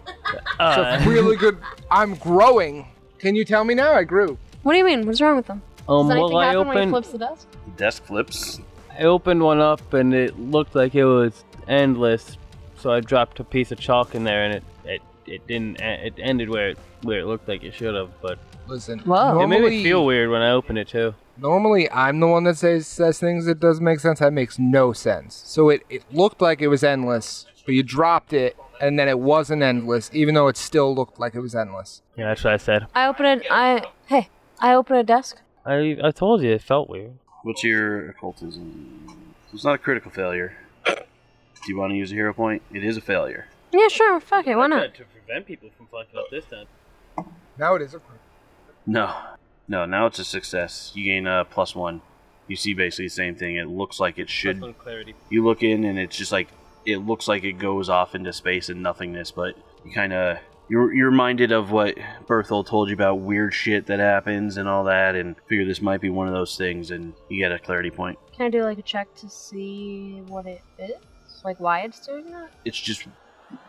[SPEAKER 4] So
[SPEAKER 2] Uh,
[SPEAKER 4] really good. I'm growing. Can you tell me now? I grew.
[SPEAKER 3] What do you mean? What's wrong with them?
[SPEAKER 2] um,
[SPEAKER 3] Does anything
[SPEAKER 2] well, I
[SPEAKER 3] happen when he
[SPEAKER 2] opened,
[SPEAKER 3] flips the desk?
[SPEAKER 6] the desk flips.
[SPEAKER 2] I opened one up and it looked like it was endless. So I dropped a piece of chalk in there and it it, it didn't it ended where it where it looked like it should have, but
[SPEAKER 4] Listen.
[SPEAKER 3] Whoa.
[SPEAKER 2] it made
[SPEAKER 4] normally-
[SPEAKER 2] me feel weird when I opened it too.
[SPEAKER 4] Normally, I'm the one that says says things that doesn't make sense. That makes no sense. So it, it looked like it was endless, but you dropped it, and then it wasn't endless, even though it still looked like it was endless.
[SPEAKER 2] Yeah, that's what I said.
[SPEAKER 3] I open it. I hey. I open a desk.
[SPEAKER 2] I I told you it felt weird.
[SPEAKER 6] What's your occultism? It's not a critical failure. Do you want to use a hero point? It is a failure.
[SPEAKER 3] Yeah, sure. Fuck it. Why not?
[SPEAKER 2] To prevent people from fucking up this time.
[SPEAKER 4] Now it is a crit.
[SPEAKER 6] No. No, now it's a success. You gain a plus one. You see basically the same thing. It looks like it should.
[SPEAKER 2] clarity.
[SPEAKER 6] You look in and it's just like it looks like it goes off into space and nothingness, but you kind of you're you're reminded of what Berthold told you about weird shit that happens and all that, and figure this might be one of those things, and you get a clarity point.
[SPEAKER 3] Can I do like a check to see what it is? Like why it's doing that?
[SPEAKER 6] It's just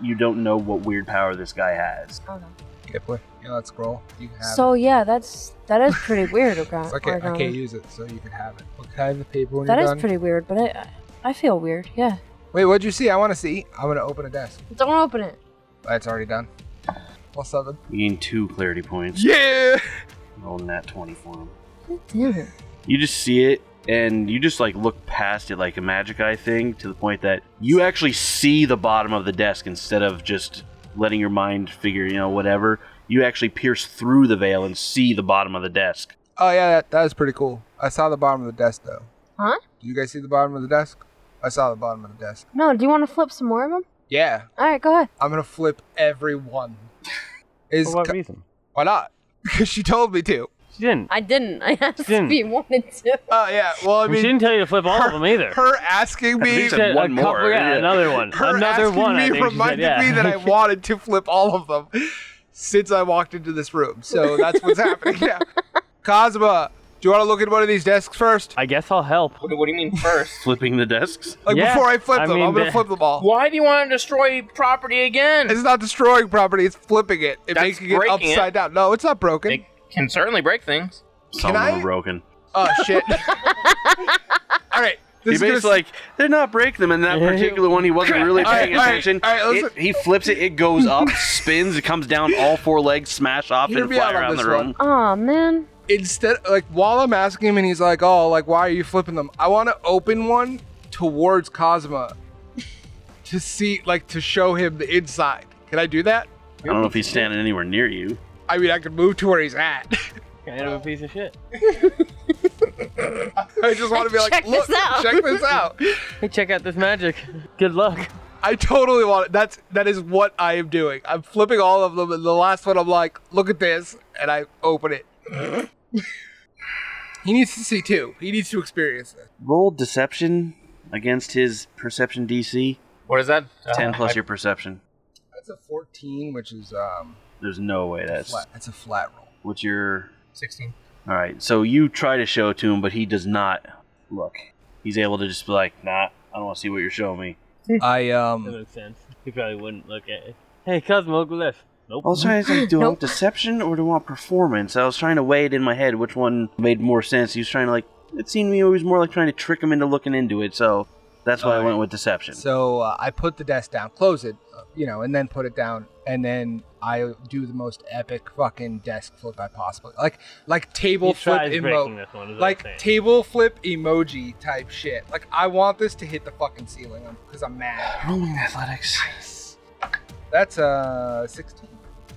[SPEAKER 5] you don't know what weird power this guy has.
[SPEAKER 3] Okay.
[SPEAKER 4] Kipler, you know that scroll? You can have
[SPEAKER 3] So yeah, that's that is pretty weird,
[SPEAKER 4] it.
[SPEAKER 3] Orga-
[SPEAKER 4] It's okay, I
[SPEAKER 3] Organa.
[SPEAKER 4] can't use it, so you can have it. Look, can I have the paper when
[SPEAKER 3] That
[SPEAKER 4] you're
[SPEAKER 3] is
[SPEAKER 4] done?
[SPEAKER 3] pretty weird, but I I feel weird. Yeah.
[SPEAKER 4] Wait, what'd you see? I want to see. I'm gonna open a desk.
[SPEAKER 3] Don't open it.
[SPEAKER 4] That's already done. Plus seven.
[SPEAKER 6] You gain two clarity points.
[SPEAKER 4] Yeah.
[SPEAKER 6] Roll that 20 for him.
[SPEAKER 3] Damn it.
[SPEAKER 6] You just see it, and you just like look past it like a magic eye thing to the point that you actually see the bottom of the desk instead of just letting your mind figure, you know, whatever. You actually pierce through the veil and see the bottom of the desk.
[SPEAKER 4] Oh yeah, that, that is pretty cool. I saw the bottom of the desk though.
[SPEAKER 3] Huh?
[SPEAKER 4] Do you guys see the bottom of the desk? I saw the bottom of the desk.
[SPEAKER 3] No, do you want to flip some more of them?
[SPEAKER 4] Yeah,
[SPEAKER 3] All right, go ahead.
[SPEAKER 4] I'm gonna flip every one. Is
[SPEAKER 2] For what
[SPEAKER 4] co-
[SPEAKER 2] reason?
[SPEAKER 4] why not? Because she told me to.
[SPEAKER 2] She didn't.
[SPEAKER 3] I didn't. I asked
[SPEAKER 2] Didn't.
[SPEAKER 3] if you wanted to.
[SPEAKER 4] Oh yeah. Well, I
[SPEAKER 2] she
[SPEAKER 4] mean,
[SPEAKER 2] didn't tell you to flip all of them either.
[SPEAKER 4] her asking
[SPEAKER 6] At
[SPEAKER 4] me,
[SPEAKER 6] least
[SPEAKER 2] She
[SPEAKER 6] I-
[SPEAKER 4] her
[SPEAKER 2] said
[SPEAKER 6] one
[SPEAKER 2] a couple-
[SPEAKER 6] more,
[SPEAKER 2] yeah,
[SPEAKER 6] yeah.
[SPEAKER 2] another one. another
[SPEAKER 4] asking
[SPEAKER 2] one. I
[SPEAKER 4] me
[SPEAKER 2] think she said,
[SPEAKER 4] reminded
[SPEAKER 2] yeah.
[SPEAKER 4] me that I wanted to flip all of them since I walked into this room. So that's what's happening now. Cosma, do you want to look at one of these desks first?
[SPEAKER 2] I guess I'll help.
[SPEAKER 5] What, do- what do you mean first?
[SPEAKER 6] Flipping the desks?
[SPEAKER 4] Like
[SPEAKER 2] Yeah,
[SPEAKER 4] before I flip
[SPEAKER 2] I
[SPEAKER 4] them,
[SPEAKER 2] mean,
[SPEAKER 4] I'm gonna
[SPEAKER 2] the-
[SPEAKER 4] flip them all.
[SPEAKER 5] Why do you want to destroy property again?
[SPEAKER 4] It's not destroying property; it's flipping it. It's
[SPEAKER 5] That's
[SPEAKER 4] making it
[SPEAKER 5] breaking it.
[SPEAKER 4] upside down. No, it's not broken.
[SPEAKER 5] It can certainly break things.
[SPEAKER 6] Some
[SPEAKER 4] Can
[SPEAKER 6] of them
[SPEAKER 4] I-
[SPEAKER 6] are broken.
[SPEAKER 4] Oh shit! all right,
[SPEAKER 6] He
[SPEAKER 4] this is
[SPEAKER 6] basically
[SPEAKER 4] gonna...
[SPEAKER 6] like they're not breaking them, and that particular one he wasn't really
[SPEAKER 4] All right,
[SPEAKER 6] paying
[SPEAKER 4] all right,
[SPEAKER 6] attention.
[SPEAKER 4] all right,
[SPEAKER 6] It-
[SPEAKER 4] listen.
[SPEAKER 6] he flips it, it goes up, spins, it comes down, all four legs smash off
[SPEAKER 4] Hear
[SPEAKER 6] and
[SPEAKER 4] me
[SPEAKER 6] fly
[SPEAKER 4] out on
[SPEAKER 6] around the
[SPEAKER 4] this
[SPEAKER 6] room.
[SPEAKER 4] one.
[SPEAKER 3] Aw, man.
[SPEAKER 4] instead like while I'm asking him and he's like, "Oh, like why are you flipping them?" I want to open one towards Cosma to see like to show him the inside. Can I do that?
[SPEAKER 6] I don't know if he's standing anywhere near you.
[SPEAKER 4] I mean, I could move to where he's at.
[SPEAKER 2] Kind of a piece of shit.
[SPEAKER 4] I just want to be like,
[SPEAKER 3] Check
[SPEAKER 4] "Look,
[SPEAKER 3] this out."
[SPEAKER 4] check this out."
[SPEAKER 2] Hey, check out this magic. Good luck.
[SPEAKER 4] I totally want it. That's that is what I am doing. I'm flipping all of them, and the last one, I'm like, "Look at this," and I open it. he needs to see too. He needs to experience this.
[SPEAKER 6] Roll deception against his perception DC.
[SPEAKER 5] What is that? Uh,
[SPEAKER 6] Ten plus
[SPEAKER 5] I-
[SPEAKER 6] your perception.
[SPEAKER 4] That's a 14, which is um,
[SPEAKER 6] There's no way that's
[SPEAKER 4] flat. That's a flat roll.
[SPEAKER 6] what's your.
[SPEAKER 5] 16.
[SPEAKER 6] All right, so you try to show it to him, but he does not look. He's able to just be like, "Nah, I don't want to see what you're showing me."
[SPEAKER 4] I
[SPEAKER 2] That
[SPEAKER 4] um
[SPEAKER 2] makes sense. He probably wouldn't look at it. Hey, Cosmo, go left. Nope.
[SPEAKER 6] I was trying to think, do I want
[SPEAKER 3] Nope.
[SPEAKER 6] deception or do I want performance? I was trying to weigh it in my head which one made more sense. He was trying to like it seemed to me it was more like trying to trick him into looking into it, so that's why I went with deception.
[SPEAKER 4] so uh, I put the desk down, close it, uh, you know, and then put it down, and then I do the most epic fucking desk flip I possibly like, like table
[SPEAKER 2] He
[SPEAKER 4] flip
[SPEAKER 2] tries breaking
[SPEAKER 4] emo,
[SPEAKER 2] this one. is what I'm
[SPEAKER 4] like
[SPEAKER 2] saying.
[SPEAKER 4] table flip emoji type shit. Like I want this to hit the fucking ceiling because I'm mad.
[SPEAKER 6] Rolling athletics.
[SPEAKER 4] That's uh 16.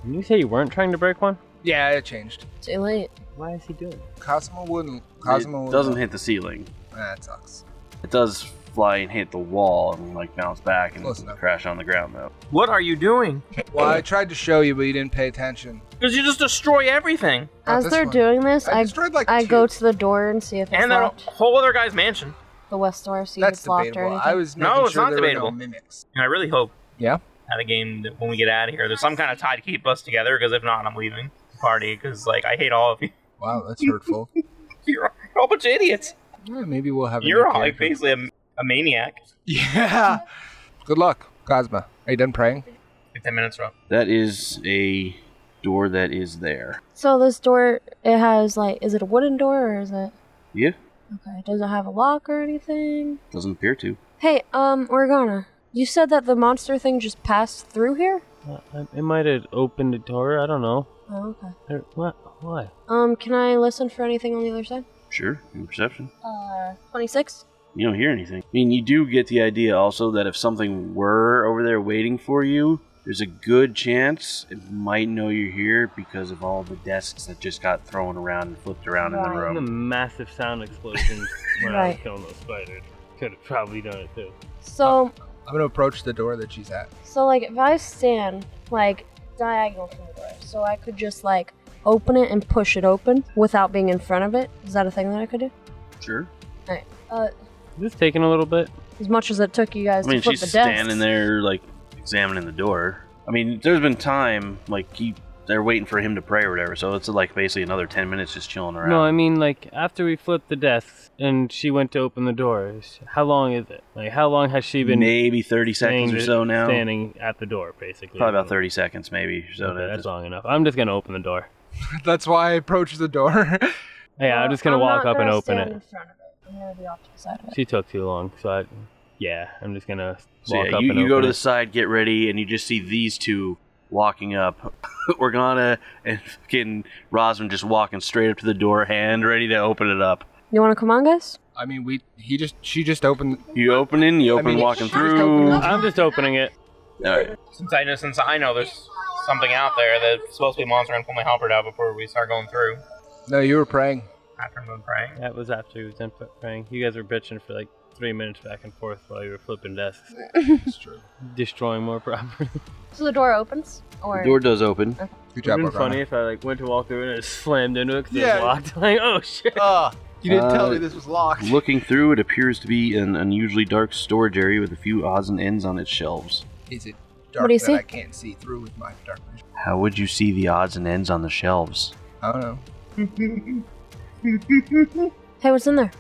[SPEAKER 2] Didn't you say you weren't trying to break one?
[SPEAKER 4] Yeah, it changed.
[SPEAKER 3] Too late.
[SPEAKER 2] Why is he doing it?
[SPEAKER 4] Cosmo wouldn't. Cosmo
[SPEAKER 6] It doesn't hit the ceiling.
[SPEAKER 4] That sucks.
[SPEAKER 6] It does fly and hit the wall and like bounce back and
[SPEAKER 4] Close enough.
[SPEAKER 6] crash on the ground though.
[SPEAKER 5] What are you doing?
[SPEAKER 4] Well, I tried to show you, but you didn't pay attention.
[SPEAKER 5] Because you just destroy everything.
[SPEAKER 4] Not
[SPEAKER 3] As
[SPEAKER 4] this
[SPEAKER 3] they're
[SPEAKER 4] one.
[SPEAKER 3] doing this,
[SPEAKER 4] I
[SPEAKER 3] I,
[SPEAKER 4] destroyed, like,
[SPEAKER 3] I
[SPEAKER 4] two.
[SPEAKER 3] go to the door and see if it's
[SPEAKER 5] And that
[SPEAKER 3] locked.
[SPEAKER 5] whole other guy's mansion.
[SPEAKER 3] The west door, see if
[SPEAKER 4] That's
[SPEAKER 3] it's locked or
[SPEAKER 4] debatable.
[SPEAKER 3] anything.
[SPEAKER 4] I was
[SPEAKER 5] No,
[SPEAKER 4] making
[SPEAKER 5] it's
[SPEAKER 4] sure
[SPEAKER 5] not
[SPEAKER 4] there were
[SPEAKER 5] debatable.
[SPEAKER 4] no mimics.
[SPEAKER 5] And I really hope
[SPEAKER 4] Yeah.
[SPEAKER 5] at a game that when we get out of here, there's some kind of tie to keep us together. Because if not, I'm leaving the party. Because like I hate all of you.
[SPEAKER 4] Wow, that's hurtful.
[SPEAKER 5] You're a whole bunch of idiots.
[SPEAKER 4] Yeah, maybe we'll have. a
[SPEAKER 5] You're
[SPEAKER 4] new
[SPEAKER 5] all like
[SPEAKER 4] character.
[SPEAKER 5] basically a, a maniac.
[SPEAKER 4] Yeah. Good luck, Cosma. Are you done praying?
[SPEAKER 5] Ten minutes are up.
[SPEAKER 6] That is a door that is there.
[SPEAKER 3] So this door, it has like, is it a wooden door or is it?
[SPEAKER 6] Yeah.
[SPEAKER 3] Okay, does it have a lock or anything?
[SPEAKER 6] Doesn't appear to.
[SPEAKER 3] Hey, um, Organa, you said that the monster thing just passed through here?
[SPEAKER 2] Uh, I- It might have opened a door. I don't know.
[SPEAKER 3] Oh, okay.
[SPEAKER 2] Or- What? Why?
[SPEAKER 3] Um, can I listen for anything on the other side?
[SPEAKER 6] Sure. In perception.
[SPEAKER 3] Uh, 26?
[SPEAKER 6] You don't hear anything. I mean you do get the idea also that if something were over there waiting for you, there's a good chance it might know you're here because of all the desks that just got thrown around and flipped around in the
[SPEAKER 3] Right.
[SPEAKER 2] The
[SPEAKER 6] room.
[SPEAKER 2] massive sound explosions when I was
[SPEAKER 3] Right.
[SPEAKER 2] killing those spiders. Could have probably done it too.
[SPEAKER 3] So,
[SPEAKER 4] I'm gonna approach the door that she's at.
[SPEAKER 3] so like, if I stand, like, diagonal from the door, so I could just, like, open it and push it open without being in front of it, is that a thing that I could do?
[SPEAKER 6] Sure.
[SPEAKER 3] Uh,
[SPEAKER 2] This taking a little bit.
[SPEAKER 3] as much as it took you guys
[SPEAKER 6] I mean,
[SPEAKER 3] to flip
[SPEAKER 6] she's
[SPEAKER 3] the desk.
[SPEAKER 6] standing there, like, examining the door. I mean, there's been time, like, he they're waiting for him to pray or whatever. So it's like basically another ten minutes just chilling around.
[SPEAKER 2] No, I mean like after we flipped the desks and she went to open the doors. How long is it? Like how long has she been
[SPEAKER 6] maybe thirty
[SPEAKER 2] staying-
[SPEAKER 6] seconds or so now.
[SPEAKER 2] standing at the door basically?
[SPEAKER 6] Probably about thirty seconds, maybe. or So
[SPEAKER 2] Okay,
[SPEAKER 6] that
[SPEAKER 2] that's
[SPEAKER 6] just-
[SPEAKER 2] long enough. I'm just gonna open the door.
[SPEAKER 4] That's why I approached the door.
[SPEAKER 2] Yeah, I'm just gonna walk up
[SPEAKER 3] not
[SPEAKER 2] and
[SPEAKER 3] gonna
[SPEAKER 2] open
[SPEAKER 3] stand
[SPEAKER 2] it.
[SPEAKER 3] In front of it. I'm gonna be off to the side of it.
[SPEAKER 2] She took too long, so I, yeah, I'm just gonna
[SPEAKER 6] So
[SPEAKER 2] walk
[SPEAKER 6] yeah,
[SPEAKER 2] up
[SPEAKER 6] you,
[SPEAKER 2] and
[SPEAKER 6] you
[SPEAKER 2] open
[SPEAKER 6] go to
[SPEAKER 2] it.
[SPEAKER 6] the side, get ready, and you just see these two walking up. Organa and fucking Rosman just walking straight up to the door, hand ready to open it up.
[SPEAKER 3] You want to come on, guys?
[SPEAKER 4] I mean, we he just she just opened.
[SPEAKER 6] You open in, you open
[SPEAKER 4] mean,
[SPEAKER 6] walking
[SPEAKER 4] just open
[SPEAKER 6] through.
[SPEAKER 4] it up.
[SPEAKER 2] I'm just opening it.
[SPEAKER 6] All right.
[SPEAKER 5] Since I know, since I know there's something out there that's supposed to be a monster, I'm gonna pull my halberd out before we start going through.
[SPEAKER 4] No, you were praying.
[SPEAKER 5] After I'm done praying.
[SPEAKER 2] That was after he was in praying. You guys were bitching for like three minutes back and forth while you were flipping desks,
[SPEAKER 4] It's true.
[SPEAKER 2] destroying more property.
[SPEAKER 3] So the door opens, or
[SPEAKER 6] The door does open.
[SPEAKER 4] Good
[SPEAKER 2] It'd
[SPEAKER 4] job,
[SPEAKER 2] been
[SPEAKER 4] Organa.
[SPEAKER 2] funny if I like went to walk through and it just slammed into it because
[SPEAKER 4] Yeah.
[SPEAKER 2] it was locked. Like, oh shit!
[SPEAKER 4] Ah, you didn't tell
[SPEAKER 6] Uh,
[SPEAKER 4] me this was locked.
[SPEAKER 6] Looking through, it appears to be an unusually dark storage area with a few odds and ends on its shelves.
[SPEAKER 4] Is it dark
[SPEAKER 3] What do you
[SPEAKER 4] that
[SPEAKER 3] see?
[SPEAKER 4] I can't see through with my dark vision?
[SPEAKER 6] How would you see the odds and ends on the shelves?
[SPEAKER 4] I don't know.
[SPEAKER 3] hey, what's in there?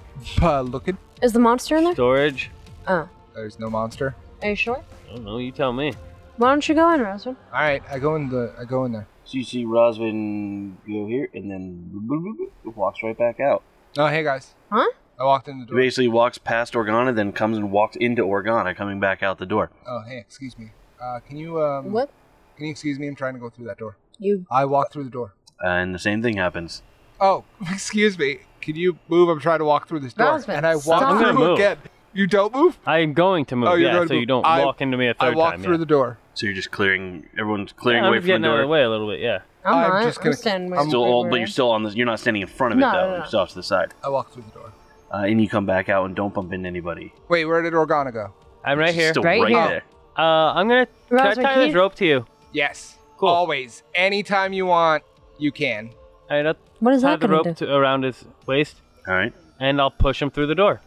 [SPEAKER 4] Uh, looking.
[SPEAKER 3] Is the monster in there?
[SPEAKER 2] Storage?
[SPEAKER 3] Oh,
[SPEAKER 4] There's no monster.
[SPEAKER 3] are you sure?
[SPEAKER 2] I don't know. You tell me.
[SPEAKER 3] Why don't you go in, Roswin?
[SPEAKER 4] All right, I go in the. I go in there.
[SPEAKER 6] So you see Rosvin go here and then boop, boop, boop, boop, walks right back out.
[SPEAKER 4] Oh, hey guys.
[SPEAKER 3] Huh?
[SPEAKER 4] I walked in the
[SPEAKER 6] He
[SPEAKER 4] door.
[SPEAKER 6] basically walks past Organa, then comes and walks into Organa, coming back out the door.
[SPEAKER 4] Oh, hey, excuse me. Uh, can you um?
[SPEAKER 3] What?
[SPEAKER 4] Can you excuse me? I'm trying to go through that door.
[SPEAKER 3] You
[SPEAKER 4] I walked through the door.
[SPEAKER 6] Uh, and the same thing happens.
[SPEAKER 4] Oh, excuse me. Can you move? I'm trying to walk through this door.
[SPEAKER 3] Rosman,
[SPEAKER 4] and I
[SPEAKER 3] stop.
[SPEAKER 4] walk
[SPEAKER 3] I'm
[SPEAKER 2] gonna
[SPEAKER 4] through
[SPEAKER 2] move.
[SPEAKER 4] again. You don't move.
[SPEAKER 2] I am going to move.
[SPEAKER 4] Oh, you're
[SPEAKER 2] yeah,
[SPEAKER 4] going to
[SPEAKER 2] so
[SPEAKER 4] move.
[SPEAKER 2] you don't
[SPEAKER 4] I-
[SPEAKER 2] walk into me a
[SPEAKER 4] I
[SPEAKER 2] third
[SPEAKER 4] walk
[SPEAKER 2] time.
[SPEAKER 4] through
[SPEAKER 2] yeah.
[SPEAKER 4] the door.
[SPEAKER 6] So you're just clearing, everyone's clearing
[SPEAKER 2] Yeah, I'm
[SPEAKER 6] away
[SPEAKER 2] just
[SPEAKER 6] from
[SPEAKER 2] getting
[SPEAKER 6] the
[SPEAKER 2] out of the
[SPEAKER 6] door.
[SPEAKER 2] way a little bit. Yeah.
[SPEAKER 3] I'm,
[SPEAKER 4] I'm
[SPEAKER 3] not.
[SPEAKER 4] just
[SPEAKER 3] I'm
[SPEAKER 4] gonna-
[SPEAKER 3] standing where
[SPEAKER 4] I'm
[SPEAKER 3] you
[SPEAKER 6] Still, all,
[SPEAKER 3] were.
[SPEAKER 6] but you're still on the. You're not standing in front of it
[SPEAKER 3] No,
[SPEAKER 6] though.
[SPEAKER 3] no, no.
[SPEAKER 6] You're still off to the side,
[SPEAKER 4] I walk through the door.
[SPEAKER 6] uh, and you come back out and don't bump into anybody.
[SPEAKER 4] Wait, where did Organa go?
[SPEAKER 2] I'm right
[SPEAKER 6] She's
[SPEAKER 2] here.
[SPEAKER 6] Still
[SPEAKER 3] Right
[SPEAKER 6] right,
[SPEAKER 3] here.
[SPEAKER 6] there.
[SPEAKER 2] Uh, I'm gonna can I
[SPEAKER 3] Roswin,
[SPEAKER 2] tie
[SPEAKER 3] can
[SPEAKER 2] this
[SPEAKER 3] you-
[SPEAKER 2] rope to you.
[SPEAKER 4] Yes.
[SPEAKER 2] Cool.
[SPEAKER 4] Always. Anytime you want, you can.
[SPEAKER 2] All right, I'll
[SPEAKER 3] What is
[SPEAKER 2] tie
[SPEAKER 3] that
[SPEAKER 2] the
[SPEAKER 3] gonna
[SPEAKER 2] rope
[SPEAKER 3] do?
[SPEAKER 2] to, around his waist,
[SPEAKER 6] All right.
[SPEAKER 2] and I'll push him through the door.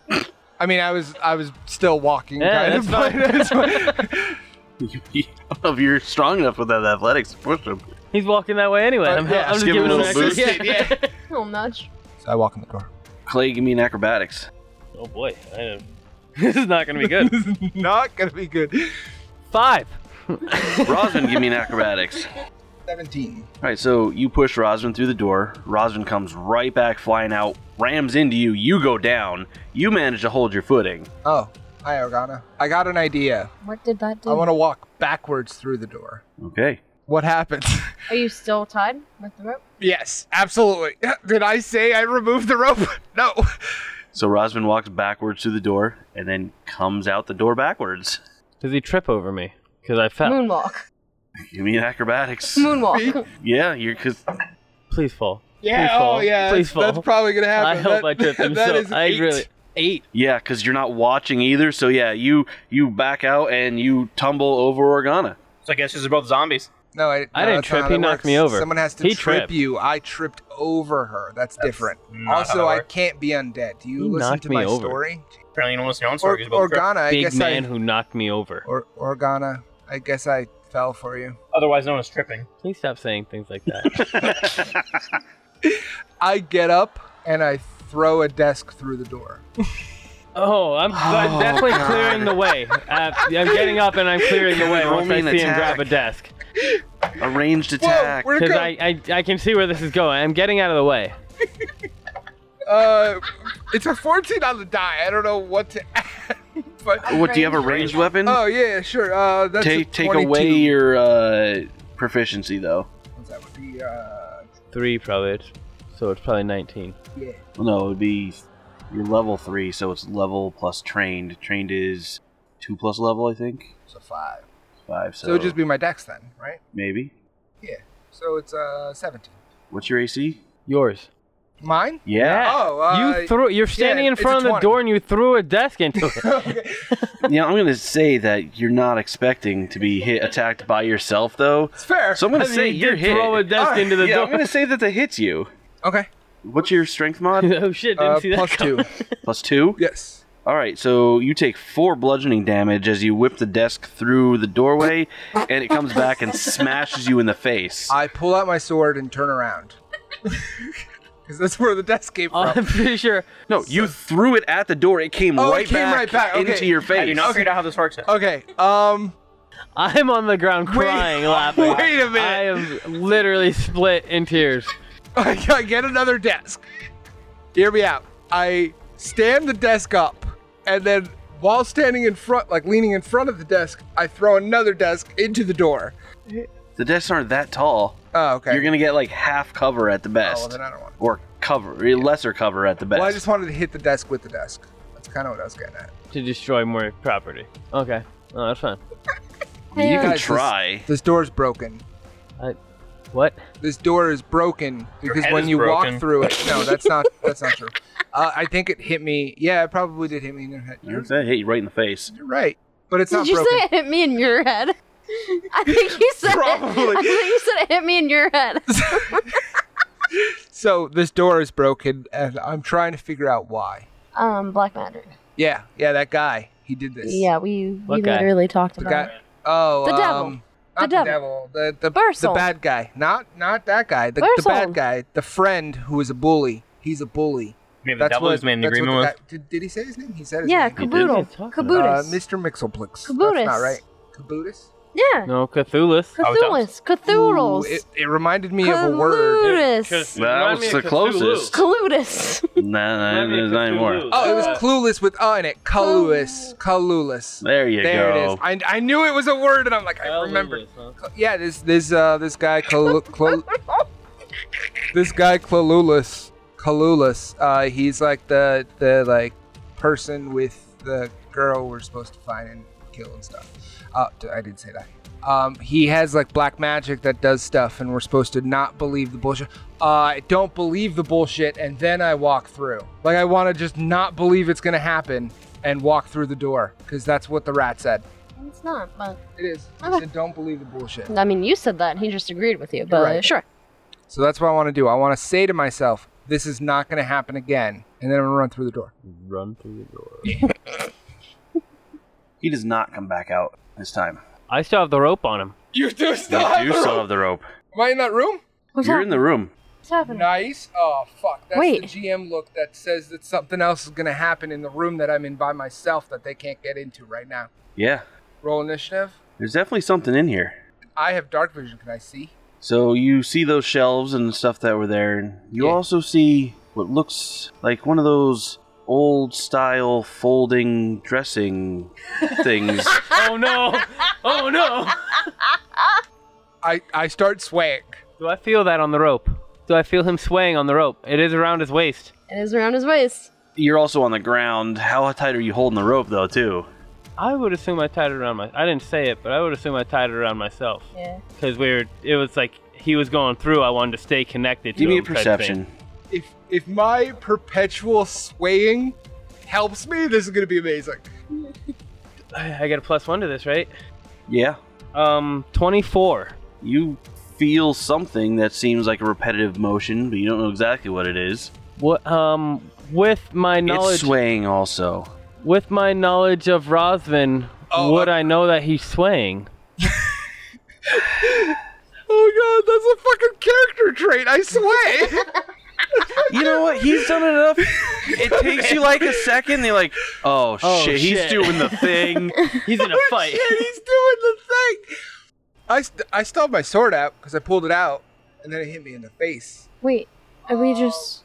[SPEAKER 4] I mean, I was I was still walking.
[SPEAKER 2] Yeah,
[SPEAKER 4] kind
[SPEAKER 2] that's
[SPEAKER 4] of,
[SPEAKER 2] fine.
[SPEAKER 4] but-
[SPEAKER 6] I don't know if you're strong enough with that athletics to push him.
[SPEAKER 2] He's walking that way anyway.
[SPEAKER 4] Uh,
[SPEAKER 2] I'm,
[SPEAKER 4] yeah,
[SPEAKER 2] I'm just
[SPEAKER 6] just give
[SPEAKER 2] giving
[SPEAKER 6] him
[SPEAKER 2] him
[SPEAKER 6] a
[SPEAKER 2] an
[SPEAKER 6] little
[SPEAKER 2] extra-
[SPEAKER 4] boost.
[SPEAKER 2] Yeah.
[SPEAKER 3] Little nudge.
[SPEAKER 4] so I walk in the door.
[SPEAKER 6] Clay, give me an acrobatics.
[SPEAKER 2] Oh boy, I am- this is not gonna be good.
[SPEAKER 4] This is not gonna be good.
[SPEAKER 2] Five.
[SPEAKER 6] Rosvin, give me an acrobatics.
[SPEAKER 4] Seventeen.
[SPEAKER 6] All right, so you push Rosvin through the door. Rosvin comes right back flying out, rams into you. You go down. You manage to hold your footing.
[SPEAKER 4] Oh, hi Organa. I got an idea.
[SPEAKER 3] What did that do?
[SPEAKER 4] I want to walk backwards through the door.
[SPEAKER 6] Okay.
[SPEAKER 4] What happens?
[SPEAKER 3] Are you still tied with the rope?
[SPEAKER 4] yes, absolutely. Did I say I removed the rope? No.
[SPEAKER 6] So Rosvin walks backwards through the door and then comes out the door backwards.
[SPEAKER 2] Does he trip over me? Because I fell.
[SPEAKER 3] Moonwalk.
[SPEAKER 6] Give me an acrobatics.
[SPEAKER 3] Moonwalk.
[SPEAKER 6] Yeah, you're because
[SPEAKER 2] Please fall.
[SPEAKER 4] Yeah.
[SPEAKER 2] Please fall.
[SPEAKER 4] Oh, yeah.
[SPEAKER 2] Please
[SPEAKER 4] that's, that's
[SPEAKER 2] fall.
[SPEAKER 4] probably gonna happen.
[SPEAKER 2] I hope
[SPEAKER 4] That-
[SPEAKER 2] I tripped him.
[SPEAKER 4] that
[SPEAKER 2] so
[SPEAKER 4] is
[SPEAKER 2] I
[SPEAKER 4] eight.
[SPEAKER 2] really eight.
[SPEAKER 6] yeah, because you're not watching either. So yeah, you you back out and you tumble over Organa.
[SPEAKER 5] So I guess these are both zombies.
[SPEAKER 4] No, I,
[SPEAKER 2] I
[SPEAKER 4] no,
[SPEAKER 2] didn't
[SPEAKER 4] that's not
[SPEAKER 2] trip,
[SPEAKER 4] how
[SPEAKER 2] he
[SPEAKER 4] that
[SPEAKER 2] knocked
[SPEAKER 4] works.
[SPEAKER 2] me over.
[SPEAKER 4] Someone has to
[SPEAKER 2] He
[SPEAKER 4] trip
[SPEAKER 2] tripped.
[SPEAKER 4] you. I tripped over her. That's, different.
[SPEAKER 5] not how
[SPEAKER 4] Also,
[SPEAKER 5] that
[SPEAKER 4] I
[SPEAKER 5] works.
[SPEAKER 4] can't be undead. Do you
[SPEAKER 2] He
[SPEAKER 4] listen
[SPEAKER 2] knocked
[SPEAKER 4] to
[SPEAKER 2] me
[SPEAKER 4] my
[SPEAKER 2] over.
[SPEAKER 4] story?
[SPEAKER 5] Apparently, you don't listen to your own
[SPEAKER 4] Or,
[SPEAKER 5] story because both trip.
[SPEAKER 4] Organa, I
[SPEAKER 2] Big
[SPEAKER 4] guess
[SPEAKER 2] man
[SPEAKER 4] I
[SPEAKER 2] who knocked me over.
[SPEAKER 4] or, Organa, I guess I fell for you.
[SPEAKER 5] otherwise known as tripping.
[SPEAKER 2] Please stop saying things like that.
[SPEAKER 4] I get up and I throw a desk through the door.
[SPEAKER 2] oh, I'm, I'm
[SPEAKER 6] Oh,
[SPEAKER 2] definitely
[SPEAKER 6] God.
[SPEAKER 2] clearing the way. Uh, I'm getting up and I'm clearing the way
[SPEAKER 6] Roll
[SPEAKER 2] once
[SPEAKER 6] me
[SPEAKER 2] I
[SPEAKER 6] an
[SPEAKER 2] see him
[SPEAKER 6] attack.
[SPEAKER 2] grab a desk.
[SPEAKER 6] A ranged attack.
[SPEAKER 4] where'd it
[SPEAKER 2] Because
[SPEAKER 4] go?
[SPEAKER 2] I, I, I can see where this is going. I'm getting out of the way.
[SPEAKER 4] Uh, it's a 14 on the die. I don't know what to add. But
[SPEAKER 6] what do you have a ranged weapon?
[SPEAKER 4] oh yeah, sure. Uh, that's a
[SPEAKER 6] take take
[SPEAKER 4] 22.
[SPEAKER 6] away your uh, proficiency though.
[SPEAKER 4] That would be uh,
[SPEAKER 2] Three, probably. It's- So it's probably 19.
[SPEAKER 4] yeah.
[SPEAKER 6] Well, no, it would be your level three, so it's level plus trained. Trained is two plus level, I think.
[SPEAKER 4] So five.
[SPEAKER 6] Five, so,
[SPEAKER 4] So, it'd just be my dex then, right?
[SPEAKER 6] maybe.
[SPEAKER 4] So it's uh 17.
[SPEAKER 6] What's your AC?
[SPEAKER 2] Yours.
[SPEAKER 4] Mine?
[SPEAKER 6] Yeah.
[SPEAKER 4] Oh, uh,
[SPEAKER 2] you threw. You're standing
[SPEAKER 4] yeah,
[SPEAKER 2] in
[SPEAKER 4] it's a
[SPEAKER 2] front of the
[SPEAKER 4] 20.
[SPEAKER 2] door and you threw a desk into it.
[SPEAKER 6] Yeah, I'm gonna say that you're not expecting to be hit attacked by yourself though.
[SPEAKER 4] It's fair.
[SPEAKER 6] So I'm gonna
[SPEAKER 2] I mean,
[SPEAKER 6] say
[SPEAKER 2] you
[SPEAKER 6] you're
[SPEAKER 2] did throw a
[SPEAKER 6] hit.
[SPEAKER 2] desk
[SPEAKER 4] Alright,
[SPEAKER 2] into the
[SPEAKER 6] Yeah,
[SPEAKER 2] door.
[SPEAKER 6] I'm gonna say that they hit you.
[SPEAKER 4] okay.
[SPEAKER 6] What's your strength mod?
[SPEAKER 2] oh shit! Didn't
[SPEAKER 4] Uh,
[SPEAKER 2] see that
[SPEAKER 4] plus
[SPEAKER 2] coming.
[SPEAKER 4] two.
[SPEAKER 6] Plus two.
[SPEAKER 4] yes.
[SPEAKER 6] All right, so you take four bludgeoning damage as you whip the desk through the doorway, and it comes back and smashes you in the face.
[SPEAKER 4] I pull out my sword and turn around. Because that's where the desk came from.
[SPEAKER 2] I'm pretty sure.
[SPEAKER 6] No, you threw it at the door. It came,
[SPEAKER 4] Oh, it
[SPEAKER 6] right,
[SPEAKER 4] came
[SPEAKER 6] back
[SPEAKER 4] right back, okay.
[SPEAKER 6] into your face.
[SPEAKER 5] Have you not figured out how this works yet?
[SPEAKER 4] okay, um,
[SPEAKER 2] I'm on the ground crying, laughing.
[SPEAKER 4] wait a minute.
[SPEAKER 2] I am literally split in tears.
[SPEAKER 4] I get another desk. Hear me out. I stand the desk up, and then while standing in front, like leaning in front of the desk, I throw another desk into the door.
[SPEAKER 6] The desks aren't that tall.
[SPEAKER 4] Oh, okay.
[SPEAKER 6] You're gonna get like half cover at the
[SPEAKER 4] Oh,
[SPEAKER 6] best,
[SPEAKER 4] well, then I don't want.
[SPEAKER 6] or cover, eh, lesser cover at the best.
[SPEAKER 4] Well, I just wanted to hit the desk with the desk. That's kind of what I was getting at.
[SPEAKER 2] To destroy more property. Okay. Oh, that's fine.
[SPEAKER 6] you
[SPEAKER 3] Hey,
[SPEAKER 6] can
[SPEAKER 3] uh,
[SPEAKER 4] Guys, this-
[SPEAKER 6] try.
[SPEAKER 4] This door's broken.
[SPEAKER 2] What?
[SPEAKER 4] This door is broken because
[SPEAKER 5] head
[SPEAKER 4] when
[SPEAKER 5] is
[SPEAKER 4] you
[SPEAKER 5] broken.
[SPEAKER 4] walk through it, no, that's not that's not true. Uh, I think it hit me. Yeah, it probably did hit me in the head. You're,
[SPEAKER 6] That hit you right in the face.
[SPEAKER 4] you're right, but it's
[SPEAKER 3] Did
[SPEAKER 4] not
[SPEAKER 3] you
[SPEAKER 4] broken.
[SPEAKER 3] say it hit me in your head? I think you said
[SPEAKER 4] Probably.
[SPEAKER 3] It, I think you said it hit me in your head.
[SPEAKER 4] So this door is broken, and I'm trying to figure out why.
[SPEAKER 3] Um, black magic.
[SPEAKER 4] Yeah, yeah, that guy. He did this.
[SPEAKER 3] Yeah, we we
[SPEAKER 2] What guy?
[SPEAKER 3] literally talked
[SPEAKER 4] The
[SPEAKER 3] about
[SPEAKER 4] guy.
[SPEAKER 3] it.
[SPEAKER 4] Oh,
[SPEAKER 3] The devil.
[SPEAKER 4] um, not
[SPEAKER 3] The
[SPEAKER 4] the
[SPEAKER 3] devil.
[SPEAKER 4] devil. The the,
[SPEAKER 3] Bursel.
[SPEAKER 4] the bad guy. Not not that guy. The, the
[SPEAKER 3] Bursel.
[SPEAKER 4] bad guy. The friend who was a bully. He's a bully.
[SPEAKER 5] Maybe the
[SPEAKER 4] That's
[SPEAKER 5] devil
[SPEAKER 4] what.
[SPEAKER 5] is made an
[SPEAKER 4] that's what
[SPEAKER 5] agreement
[SPEAKER 4] the
[SPEAKER 5] with.
[SPEAKER 4] guy- did, did he say his name? He said his
[SPEAKER 3] Yeah,
[SPEAKER 4] name.
[SPEAKER 6] You did?
[SPEAKER 3] Caboodle.
[SPEAKER 2] What are you talking
[SPEAKER 4] Uh,
[SPEAKER 3] Caboodle.
[SPEAKER 4] Mr. Mixelplix.
[SPEAKER 3] Caboodus.
[SPEAKER 4] That's not right. Caboodus.
[SPEAKER 3] yeah.
[SPEAKER 2] No, Cthulhu's.
[SPEAKER 5] Oh, it
[SPEAKER 3] Cthulhu's. Cthulhu's.
[SPEAKER 4] Ooh, it, it reminded me of a word.
[SPEAKER 3] Clueless.
[SPEAKER 6] That was the closest.
[SPEAKER 3] Clueless.
[SPEAKER 6] Nah, nah, nah, not anymore.
[SPEAKER 4] Oh, it was clueless with uh in it. Colulus. Colulus.
[SPEAKER 6] There you
[SPEAKER 4] There
[SPEAKER 6] go.
[SPEAKER 4] it is. I, I knew it was a word, and I'm like, I remembered. Yeah, this this uh this guy Col- Col- this guy Colulus Colulus. Uh, he's like the the like person with the girl we're supposed to find and kill and stuff. Uh, d- I didn't say that. Um, he has like black magic that does stuff, and we're supposed to not believe the bullshit. Uh, I don't believe the bullshit, and then I walk through. Like I want to just not believe it's gonna happen and walk through the door, cause that's what the rat said.
[SPEAKER 3] it's not, but
[SPEAKER 4] It is. He
[SPEAKER 3] Okay.
[SPEAKER 4] said, "Don't believe the bullshit."
[SPEAKER 3] I mean, you said that. and He just agreed with you, but
[SPEAKER 4] right.
[SPEAKER 3] sure.
[SPEAKER 4] So that's what I want to do. I want to say to myself, this is not going to happen again. And then I'm going to run through the door.
[SPEAKER 2] Run through the door.
[SPEAKER 6] He does not come back out this time.
[SPEAKER 2] I still have the rope on him.
[SPEAKER 4] You do still
[SPEAKER 6] you do still have the rope.
[SPEAKER 4] Am I in that room?
[SPEAKER 3] What's
[SPEAKER 6] You're
[SPEAKER 3] hap-
[SPEAKER 6] in the room.
[SPEAKER 3] What's happening?
[SPEAKER 4] Nice. Oh, fuck. That's
[SPEAKER 3] Wait.
[SPEAKER 4] the GM look that says that something else is going to happen in the room that I'm in by myself that they can't get into right now.
[SPEAKER 6] Yeah.
[SPEAKER 4] Roll initiative.
[SPEAKER 6] There's definitely something in here.
[SPEAKER 4] I have dark vision. Can I see?
[SPEAKER 6] So you see those shelves and stuff that were there. and You
[SPEAKER 4] Yeah.
[SPEAKER 6] also see what looks like one of those old style folding dressing things.
[SPEAKER 2] oh no! Oh no!
[SPEAKER 4] I, I start swaying.
[SPEAKER 2] Do I feel that on the rope? Do I feel him swaying on the rope? It is around his waist.
[SPEAKER 3] It is around his waist.
[SPEAKER 6] You're also on the ground. How tight are you holding the rope though, too?
[SPEAKER 2] I would assume I tied it around my. I didn't say it, but I would assume I tied it around myself
[SPEAKER 3] Yeah.
[SPEAKER 2] because we were. It was like he was going through. I wanted to stay connected to
[SPEAKER 6] Give me a
[SPEAKER 2] him type thing.
[SPEAKER 6] perception.
[SPEAKER 4] If, if my perpetual swaying helps me, this is going to be amazing.
[SPEAKER 2] I get a plus one to this, right?
[SPEAKER 6] Yeah.
[SPEAKER 2] Um, twenty-four.
[SPEAKER 6] You feel something that seems like a repetitive motion, but you don't know exactly what it is.
[SPEAKER 2] What? Um, with my knowledge,
[SPEAKER 6] It's swaying also.
[SPEAKER 2] with my knowledge of Rosvin,
[SPEAKER 4] Oh,
[SPEAKER 2] would
[SPEAKER 4] uh,
[SPEAKER 2] I know that he's swaying?
[SPEAKER 4] Oh, God. That's a fucking character trait. I sway.
[SPEAKER 6] You know what? He's done enough. It takes you like a second. They're like, oh,
[SPEAKER 2] Oh,
[SPEAKER 6] shit, he's
[SPEAKER 2] shit.
[SPEAKER 6] doing the thing.
[SPEAKER 2] He's in a fight.
[SPEAKER 4] Shit, he's doing the thing. I, st- I stalled my sword out because I pulled it out, and then it hit me in the face.
[SPEAKER 3] Wait, are we just?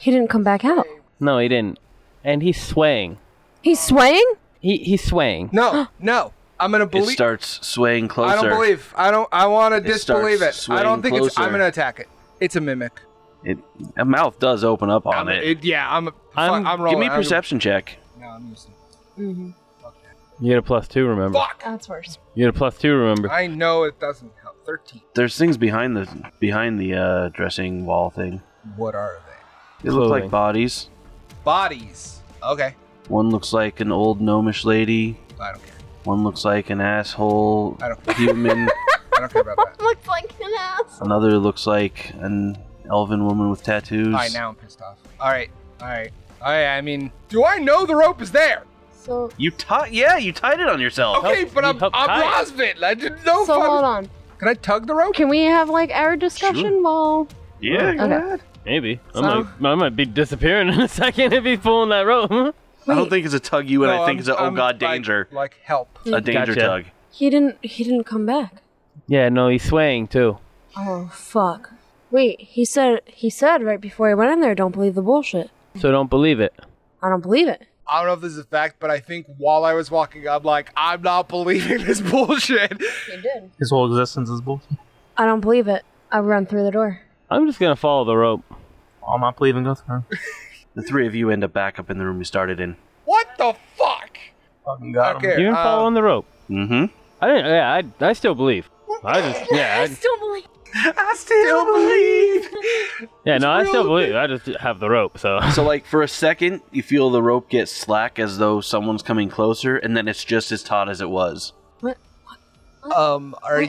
[SPEAKER 3] He didn't come back out.
[SPEAKER 2] No, he didn't. And he's swaying.
[SPEAKER 3] He's swaying.
[SPEAKER 2] He he's swaying.
[SPEAKER 4] No, no. I'm gonna
[SPEAKER 6] It
[SPEAKER 4] believe.
[SPEAKER 6] starts swaying closer.
[SPEAKER 4] I don't believe. I don't. I want to
[SPEAKER 6] starts
[SPEAKER 4] disbelieve it. I
[SPEAKER 6] swaying
[SPEAKER 4] don't think it's. I'm
[SPEAKER 6] closer.
[SPEAKER 4] gonna attack it. It's a mimic.
[SPEAKER 6] It, a mouth does open up on
[SPEAKER 4] I'm-
[SPEAKER 6] it.
[SPEAKER 4] Yeah, I'm.
[SPEAKER 2] I'm-
[SPEAKER 4] I'm, I'm
[SPEAKER 6] Give
[SPEAKER 4] rolling.
[SPEAKER 6] me a
[SPEAKER 4] I'm-
[SPEAKER 6] perception check.
[SPEAKER 4] No, I'm using.
[SPEAKER 3] Mm-hmm.
[SPEAKER 2] You get a plus two. Remember.
[SPEAKER 4] Fuck.
[SPEAKER 3] That's worse.
[SPEAKER 2] You get a plus two. Remember.
[SPEAKER 4] I know it doesn't help. Thirteen.
[SPEAKER 6] There's things behind the behind the uh, dressing wall thing.
[SPEAKER 4] What are they?
[SPEAKER 6] They look
[SPEAKER 2] Clothing.
[SPEAKER 6] like bodies.
[SPEAKER 4] Bodies. Okay.
[SPEAKER 6] One looks like an old gnomish lady.
[SPEAKER 4] I don't care.
[SPEAKER 6] One looks like an asshole
[SPEAKER 4] I don't-
[SPEAKER 6] human.
[SPEAKER 4] I don't care about that.
[SPEAKER 3] Looks like an ass.
[SPEAKER 6] Another looks like an elven woman with tattoos.
[SPEAKER 4] All right, now I'm pissed off. All right. All right. Oh, yeah, I mean, do I know the rope is there?
[SPEAKER 3] So,
[SPEAKER 6] You tied, yeah, you tied it on yourself.
[SPEAKER 4] Okay,
[SPEAKER 2] Help-
[SPEAKER 4] but I'm,
[SPEAKER 2] need help
[SPEAKER 4] I'm
[SPEAKER 2] tie
[SPEAKER 4] Rosvin. I didn't know.
[SPEAKER 3] so
[SPEAKER 4] fuck-
[SPEAKER 3] hold on.
[SPEAKER 4] Can I tug the rope?
[SPEAKER 3] Oh, Can we have like our discussion while?
[SPEAKER 6] Yeah, go
[SPEAKER 3] Okay.
[SPEAKER 6] ahead.
[SPEAKER 2] Maybe.
[SPEAKER 3] So-
[SPEAKER 2] I, might, I might be disappearing in a second if he's pulling that rope.
[SPEAKER 6] I don't
[SPEAKER 3] Wait.
[SPEAKER 6] think it's a tug you, and
[SPEAKER 4] No,
[SPEAKER 6] I think
[SPEAKER 4] I'm-
[SPEAKER 6] it's a oh
[SPEAKER 4] I'm,
[SPEAKER 6] god
[SPEAKER 4] like-
[SPEAKER 6] danger,
[SPEAKER 4] Like help.
[SPEAKER 6] a
[SPEAKER 2] Gotcha.
[SPEAKER 6] danger tug.
[SPEAKER 3] He didn't. He didn't come back.
[SPEAKER 2] yeah, no, he's swaying too.
[SPEAKER 3] Oh fuck. Wait. He said. He said right before he went in there, "Don't believe the bullshit."
[SPEAKER 2] So don't believe it.
[SPEAKER 3] I don't believe it.
[SPEAKER 4] I don't know if this is a fact, but I think while I was walking, I'm like, I'm not believing this bullshit.
[SPEAKER 3] He did.
[SPEAKER 5] His whole existence is bullshit.
[SPEAKER 3] I don't believe it. I run through the door.
[SPEAKER 2] I'm just gonna follow the rope.
[SPEAKER 5] I'm not believing go through.
[SPEAKER 6] The three of you end up back up in the room you started in.
[SPEAKER 4] What the fuck?
[SPEAKER 5] Fucking got him.
[SPEAKER 4] Okay.
[SPEAKER 2] You've been
[SPEAKER 4] uh,
[SPEAKER 2] following the rope.
[SPEAKER 6] Mm-hmm.
[SPEAKER 2] I didn't. Yeah, I, I still believe. I just. Yeah. I,
[SPEAKER 3] Don't believe.
[SPEAKER 4] I still believe.
[SPEAKER 2] yeah. No, I still
[SPEAKER 4] real.
[SPEAKER 2] believe. I just have the rope. So.
[SPEAKER 6] So, like, for a second, you feel the rope get slack as though someone's coming closer, and then it's just as taut as it was.
[SPEAKER 4] Um, are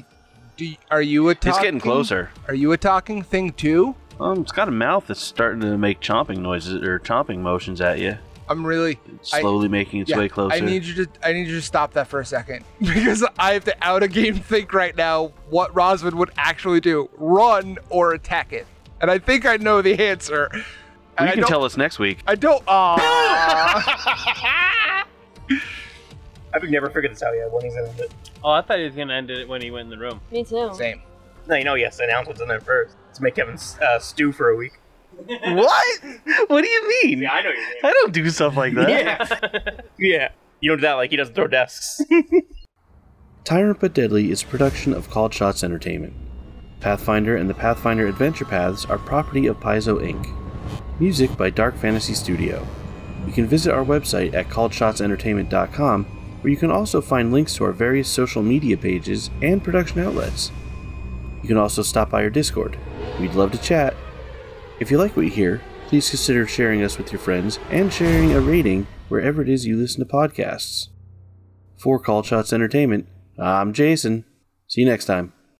[SPEAKER 4] do you, are you a talking?
[SPEAKER 6] It's getting closer.
[SPEAKER 4] Are you a talking thing too?
[SPEAKER 6] Um, it's got a mouth that's starting to make chomping noises or chomping motions at you.
[SPEAKER 4] I'm really
[SPEAKER 6] It's
[SPEAKER 4] I-
[SPEAKER 6] slowly making its
[SPEAKER 4] yeah,
[SPEAKER 6] way closer.
[SPEAKER 4] I need you to I need you to stop that for a second because I have to out of game think right now what Rosvin would actually do: run or attack it. And I think I know the answer.
[SPEAKER 6] Well,
[SPEAKER 4] And
[SPEAKER 6] you
[SPEAKER 4] I
[SPEAKER 6] can
[SPEAKER 4] don't-
[SPEAKER 6] tell us next week.
[SPEAKER 4] I don't. Aw.
[SPEAKER 5] I've never figured this out yet. When he's in it.
[SPEAKER 2] Oh, I thought he was gonna end it when he went in the room.
[SPEAKER 3] Me too.
[SPEAKER 4] Same.
[SPEAKER 5] No, you know, yes, announce what's in there first to make Kevin uh, stew for a week.
[SPEAKER 6] what? What do you mean?
[SPEAKER 5] I know your
[SPEAKER 6] I don't do stuff like that.
[SPEAKER 5] yeah. You don't do that like he doesn't throw desks.
[SPEAKER 6] Tyrant But Deadly is a production of Called Shots Entertainment. Pathfinder and the Pathfinder Adventure Paths are property of Paizo Inc. Music by Dark Fantasy Studio. You can visit our website at calledshotsentertainment.com where you can also find links to our various social media pages and production outlets. You can also stop by our Discord. We'd love to chat. If you like what you hear, please consider sharing us with your friends and sharing a rating wherever it is you listen to podcasts. For Call Shots Entertainment, I'm Jason. See you next time.